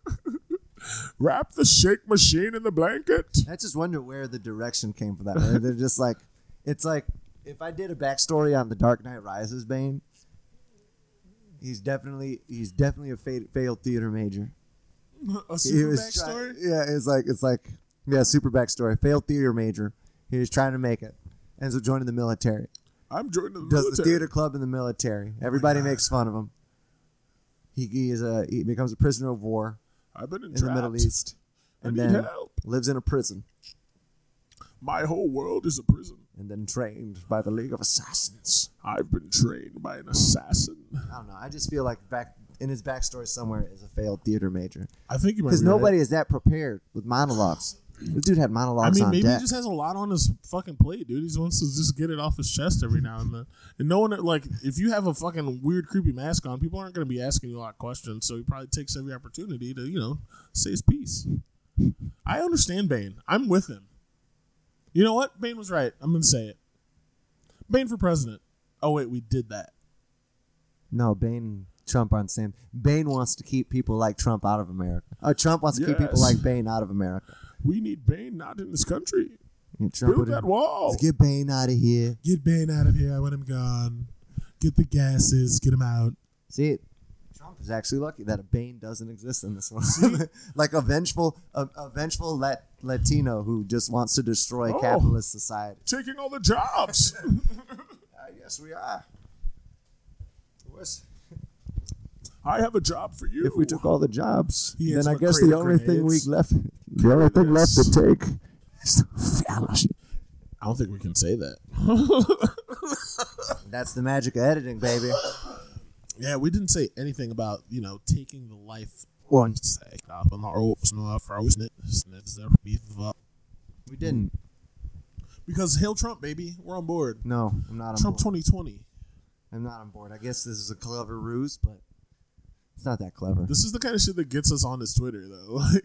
S2: Wrap the shake machine in the blanket.
S1: I just wonder where the direction came from that. Right? They're just like, it's like if I did a backstory on the Dark Knight Rises, Bane. He's definitely he's definitely a fa- failed theater major.
S2: A
S1: He
S2: super
S1: was
S2: backstory.
S1: try- yeah, it's like it's like yeah, super backstory. Failed theater major. He was trying to make it. Ends up joining the military.
S2: I'm joining the
S1: Does the
S2: military. Oh
S1: theater club in the military. Everybody makes fun of him. He, he is a he becomes a prisoner of war
S2: I've been
S1: in
S2: entrapped.
S1: the Middle East,
S2: I
S1: and
S2: need
S1: then
S2: help.
S1: lives in a prison,
S2: My whole world is a prison.
S1: and then trained by the League of Assassins.
S2: I've been trained by an assassin.
S1: I don't know. I just feel like back in his backstory somewhere is a failed theater major
S2: I think you might
S1: because
S2: be right.
S1: nobody is that prepared with monologues. This dude had
S2: I
S1: monologues
S2: mean,
S1: on
S2: maybe
S1: deck.
S2: he just has a lot on his fucking plate, dude. He wants to just get it off his chest every now and then. And no one like if you have a fucking weird, creepy mask on, people aren't going to be asking you a lot of questions. So he probably takes every opportunity to you know say his piece. I understand Bane. I'm with him. You know what? Bane was right. I'm going to say it. Bane for president. Oh wait, we did that.
S1: no, Bane and Trump aren't the same. Bane wants to keep people like Trump out of America. Oh, Trump wants to keep people
S2: Yes.
S1: like Bane out of America.
S2: We need Bane not in this country.
S1: And Trump
S2: Build
S1: would-
S2: that wall.
S1: Get Bane out of here.
S2: Get Bane out of here. I want him gone. Get the gases. Get him out.
S1: See, Trump is actually lucky that a Bane doesn't exist in this one. like a vengeful, a, a vengeful Lat- Latino who just wants to destroy
S2: Oh.
S1: capitalist society.
S2: Taking all the jobs. Ah,
S1: I guess we are. Worse.
S2: I have a job for you.
S1: If we took all the jobs,
S2: He
S1: then
S2: hands
S1: I
S2: him a
S1: guess
S2: crate
S1: the
S2: of
S1: only thing we
S2: grenades.
S1: left, the only thing left to
S2: this.
S1: take is the fellowship.
S2: I don't think we can say that.
S1: That's the magic of editing, baby.
S2: yeah, we didn't say anything about you know taking the life.
S1: One. We didn't.
S2: Because hail Trump, baby, we're on board.
S1: No, I'm not on
S2: Trump
S1: board.
S2: twenty twenty.
S1: I'm not on board. I guess this is a clever ruse, but it's not that clever.
S2: This is the kind of shit that gets us on his Twitter though.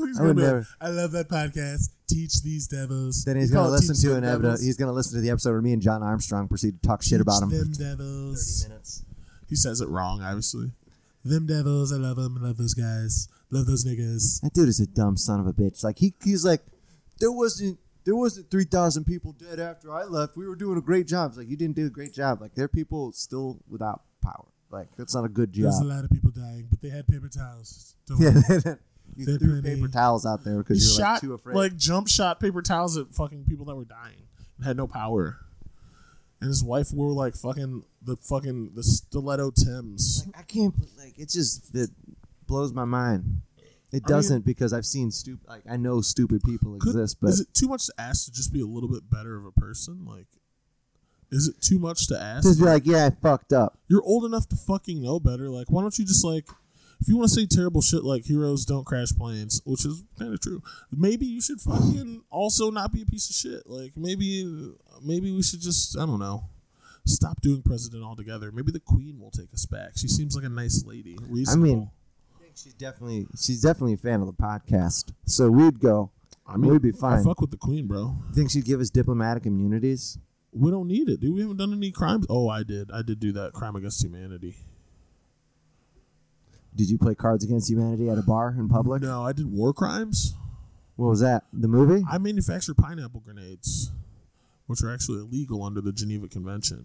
S2: Like,
S1: I
S2: he's gonna
S1: would
S2: be like,
S1: never-
S2: I love that podcast. Teach these devils.
S1: Then he's
S2: We call
S1: gonna
S2: it
S1: listen
S2: Teach
S1: to
S2: Them
S1: an episode.
S2: Devils.
S1: He's gonna listen to the episode where me and John Armstrong proceed to talk shit about him.
S2: Teach
S1: for
S2: Them devils.
S1: minutes.
S2: He says it wrong, obviously. Them devils, I love them. I love those guys. Love those niggas.
S1: That dude is a dumb son of a bitch. Like he, he's like, there wasn't there wasn't three thousand people dead after I left. We were doing a great job. It's like you didn't do a great job. Like there are people still without power. Like that's not a good
S2: There's a
S1: job.
S2: lot of people dying, but they had paper towels. Don't
S1: Yeah,
S2: worry.
S1: you
S2: They're
S1: threw
S2: pretty-
S1: paper towels out there
S2: He
S1: because you're like
S2: shot
S1: too
S2: like,
S1: afraid.
S2: jump shot paper towels at fucking people that were dying and had no power. And his wife wore like fucking the fucking the stiletto Tims.
S1: Like, I can't. bel- Like it just it blows my mind. It doesn't because I've seen stupid. Like I know stupid people
S2: Could-
S1: exist, but
S2: is it too much to ask to just be a little bit better of a person? Like, is it too much to ask?
S1: just be like, yeah, I fucked up.
S2: You're old enough to fucking know better. Like, why don't you just like, if you want to say terrible shit like heroes don't crash planes, which is kind of true, maybe you should fucking also not be a piece of shit. Like, maybe, maybe we should just, I don't know, stop doing president altogether. Maybe the queen will take us back. She seems like a nice lady. Reasonable.
S1: I think she's definitely she's definitely a fan of the podcast. So we'd go. I mean, we'd be
S2: I
S1: fine.
S2: fuck with the queen, bro.
S1: think she'd give us diplomatic immunities?
S2: We don't need it, dude. We haven't done any crimes. Oh, I did. I did do that crime against humanity.
S1: Did you play Cards Against Humanity at a bar in public?
S2: No, I did war crimes.
S1: What was that? The movie?
S2: I manufacture pineapple grenades, which are actually illegal under the Geneva Convention.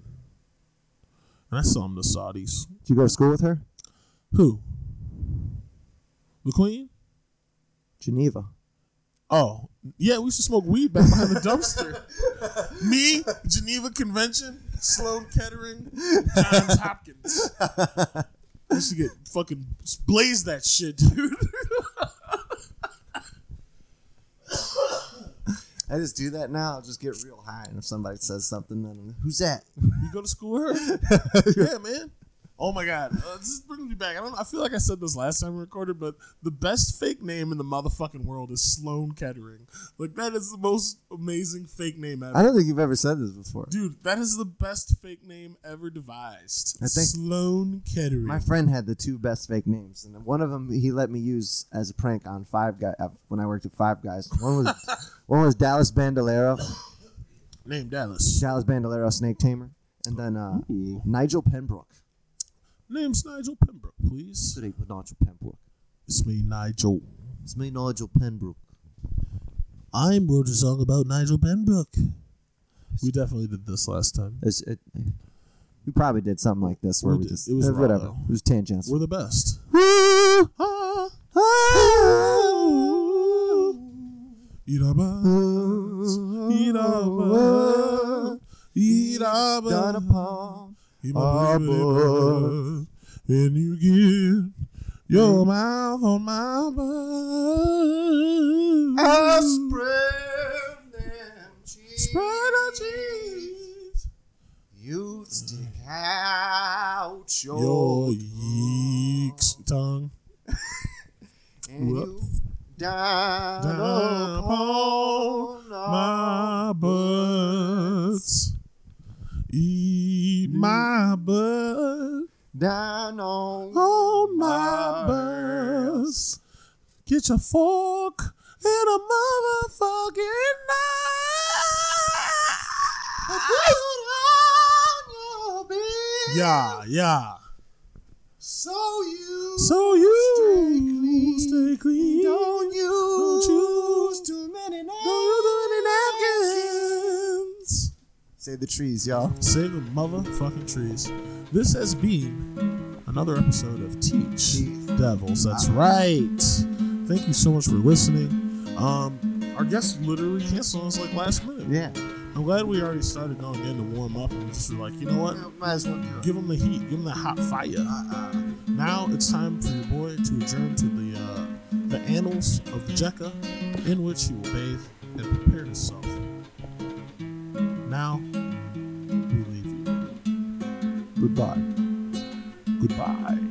S2: And I sell them to Saudis.
S1: Did you go to school with her?
S2: Who? The Queen?
S1: Geneva.
S2: Oh, yeah, we used to smoke weed back behind the dumpster. Me, Geneva Convention, Sloan Kettering, Johns Hopkins. I used to get fucking blaze that shit, dude.
S1: I just do that now. I'll just get real high, and if somebody says something, then I'm, who's that?
S2: You go to school with her? yeah, man. Oh my god, uh, this brings me back. I don't. I feel like I said this last time we recorded, but the best fake name in the motherfucking world is Sloan Kettering. Like that is the most amazing fake name
S1: I
S2: ever,
S1: don't think you've ever said this before.
S2: dude. That is the best fake name ever devised.
S1: I think-
S2: Sloan Kettering.
S1: My friend had the two best fake names, and one of them he let me use as a prank on Five Guys when I worked at Five Guys. One was one was Dallas Bandolero.
S2: name Dallas.
S1: Dallas Bandolero Snake Tamer, and then uh, Nigel Pembroke.
S2: Name's Nigel Pembroke, please.
S1: Today with Nigel Pembroke.
S2: It's me, Nigel.
S1: It's me, Nigel Pembroke.
S2: I wrote a song about Nigel Pembroke. We definitely did this last time.
S1: It's, it, we probably did something like this where
S2: We
S1: we,
S2: did.
S1: just
S2: It was
S1: eh,
S2: raw,
S1: whatever.
S2: though.
S1: It was tangents.
S2: We're the best. Iraba, Iraba, Iraba.
S1: Done upon
S2: You
S1: Ah,
S2: my baby, and you get your mouth on my butt.
S1: I spread them cheeks.
S2: spread our cheese.
S1: You stick out your,
S2: Your yeeks tongue
S1: and you down,
S2: down upon my butts. Eat my butt
S1: down on
S2: on my butts. Get your fork and a motherfucking
S1: on your bed
S2: Yeah, yeah.
S1: so you
S2: So you
S1: Stay clean.
S2: Stay clean.
S1: don't use
S2: choose
S1: too many
S2: Don't
S1: names.
S2: use too many napkins.
S1: Say the trees, y'all.
S2: Save the motherfucking trees. This has been another episode of Teach Devils. That's right. Thank you so much for listening. Um, our guest literally canceled us like last minute.
S1: Yeah,
S2: I'm glad we already started going in to warm up and we just were like, you know what?
S1: might as well do it.
S2: Give them the heat. Give them the hot fire.
S1: Uh,
S2: Now it's time for your boy to adjourn to the uh, the annals of Jekka, in which he will bathe and prepare himself. Now we leave you.
S1: goodbye.
S2: Goodbye.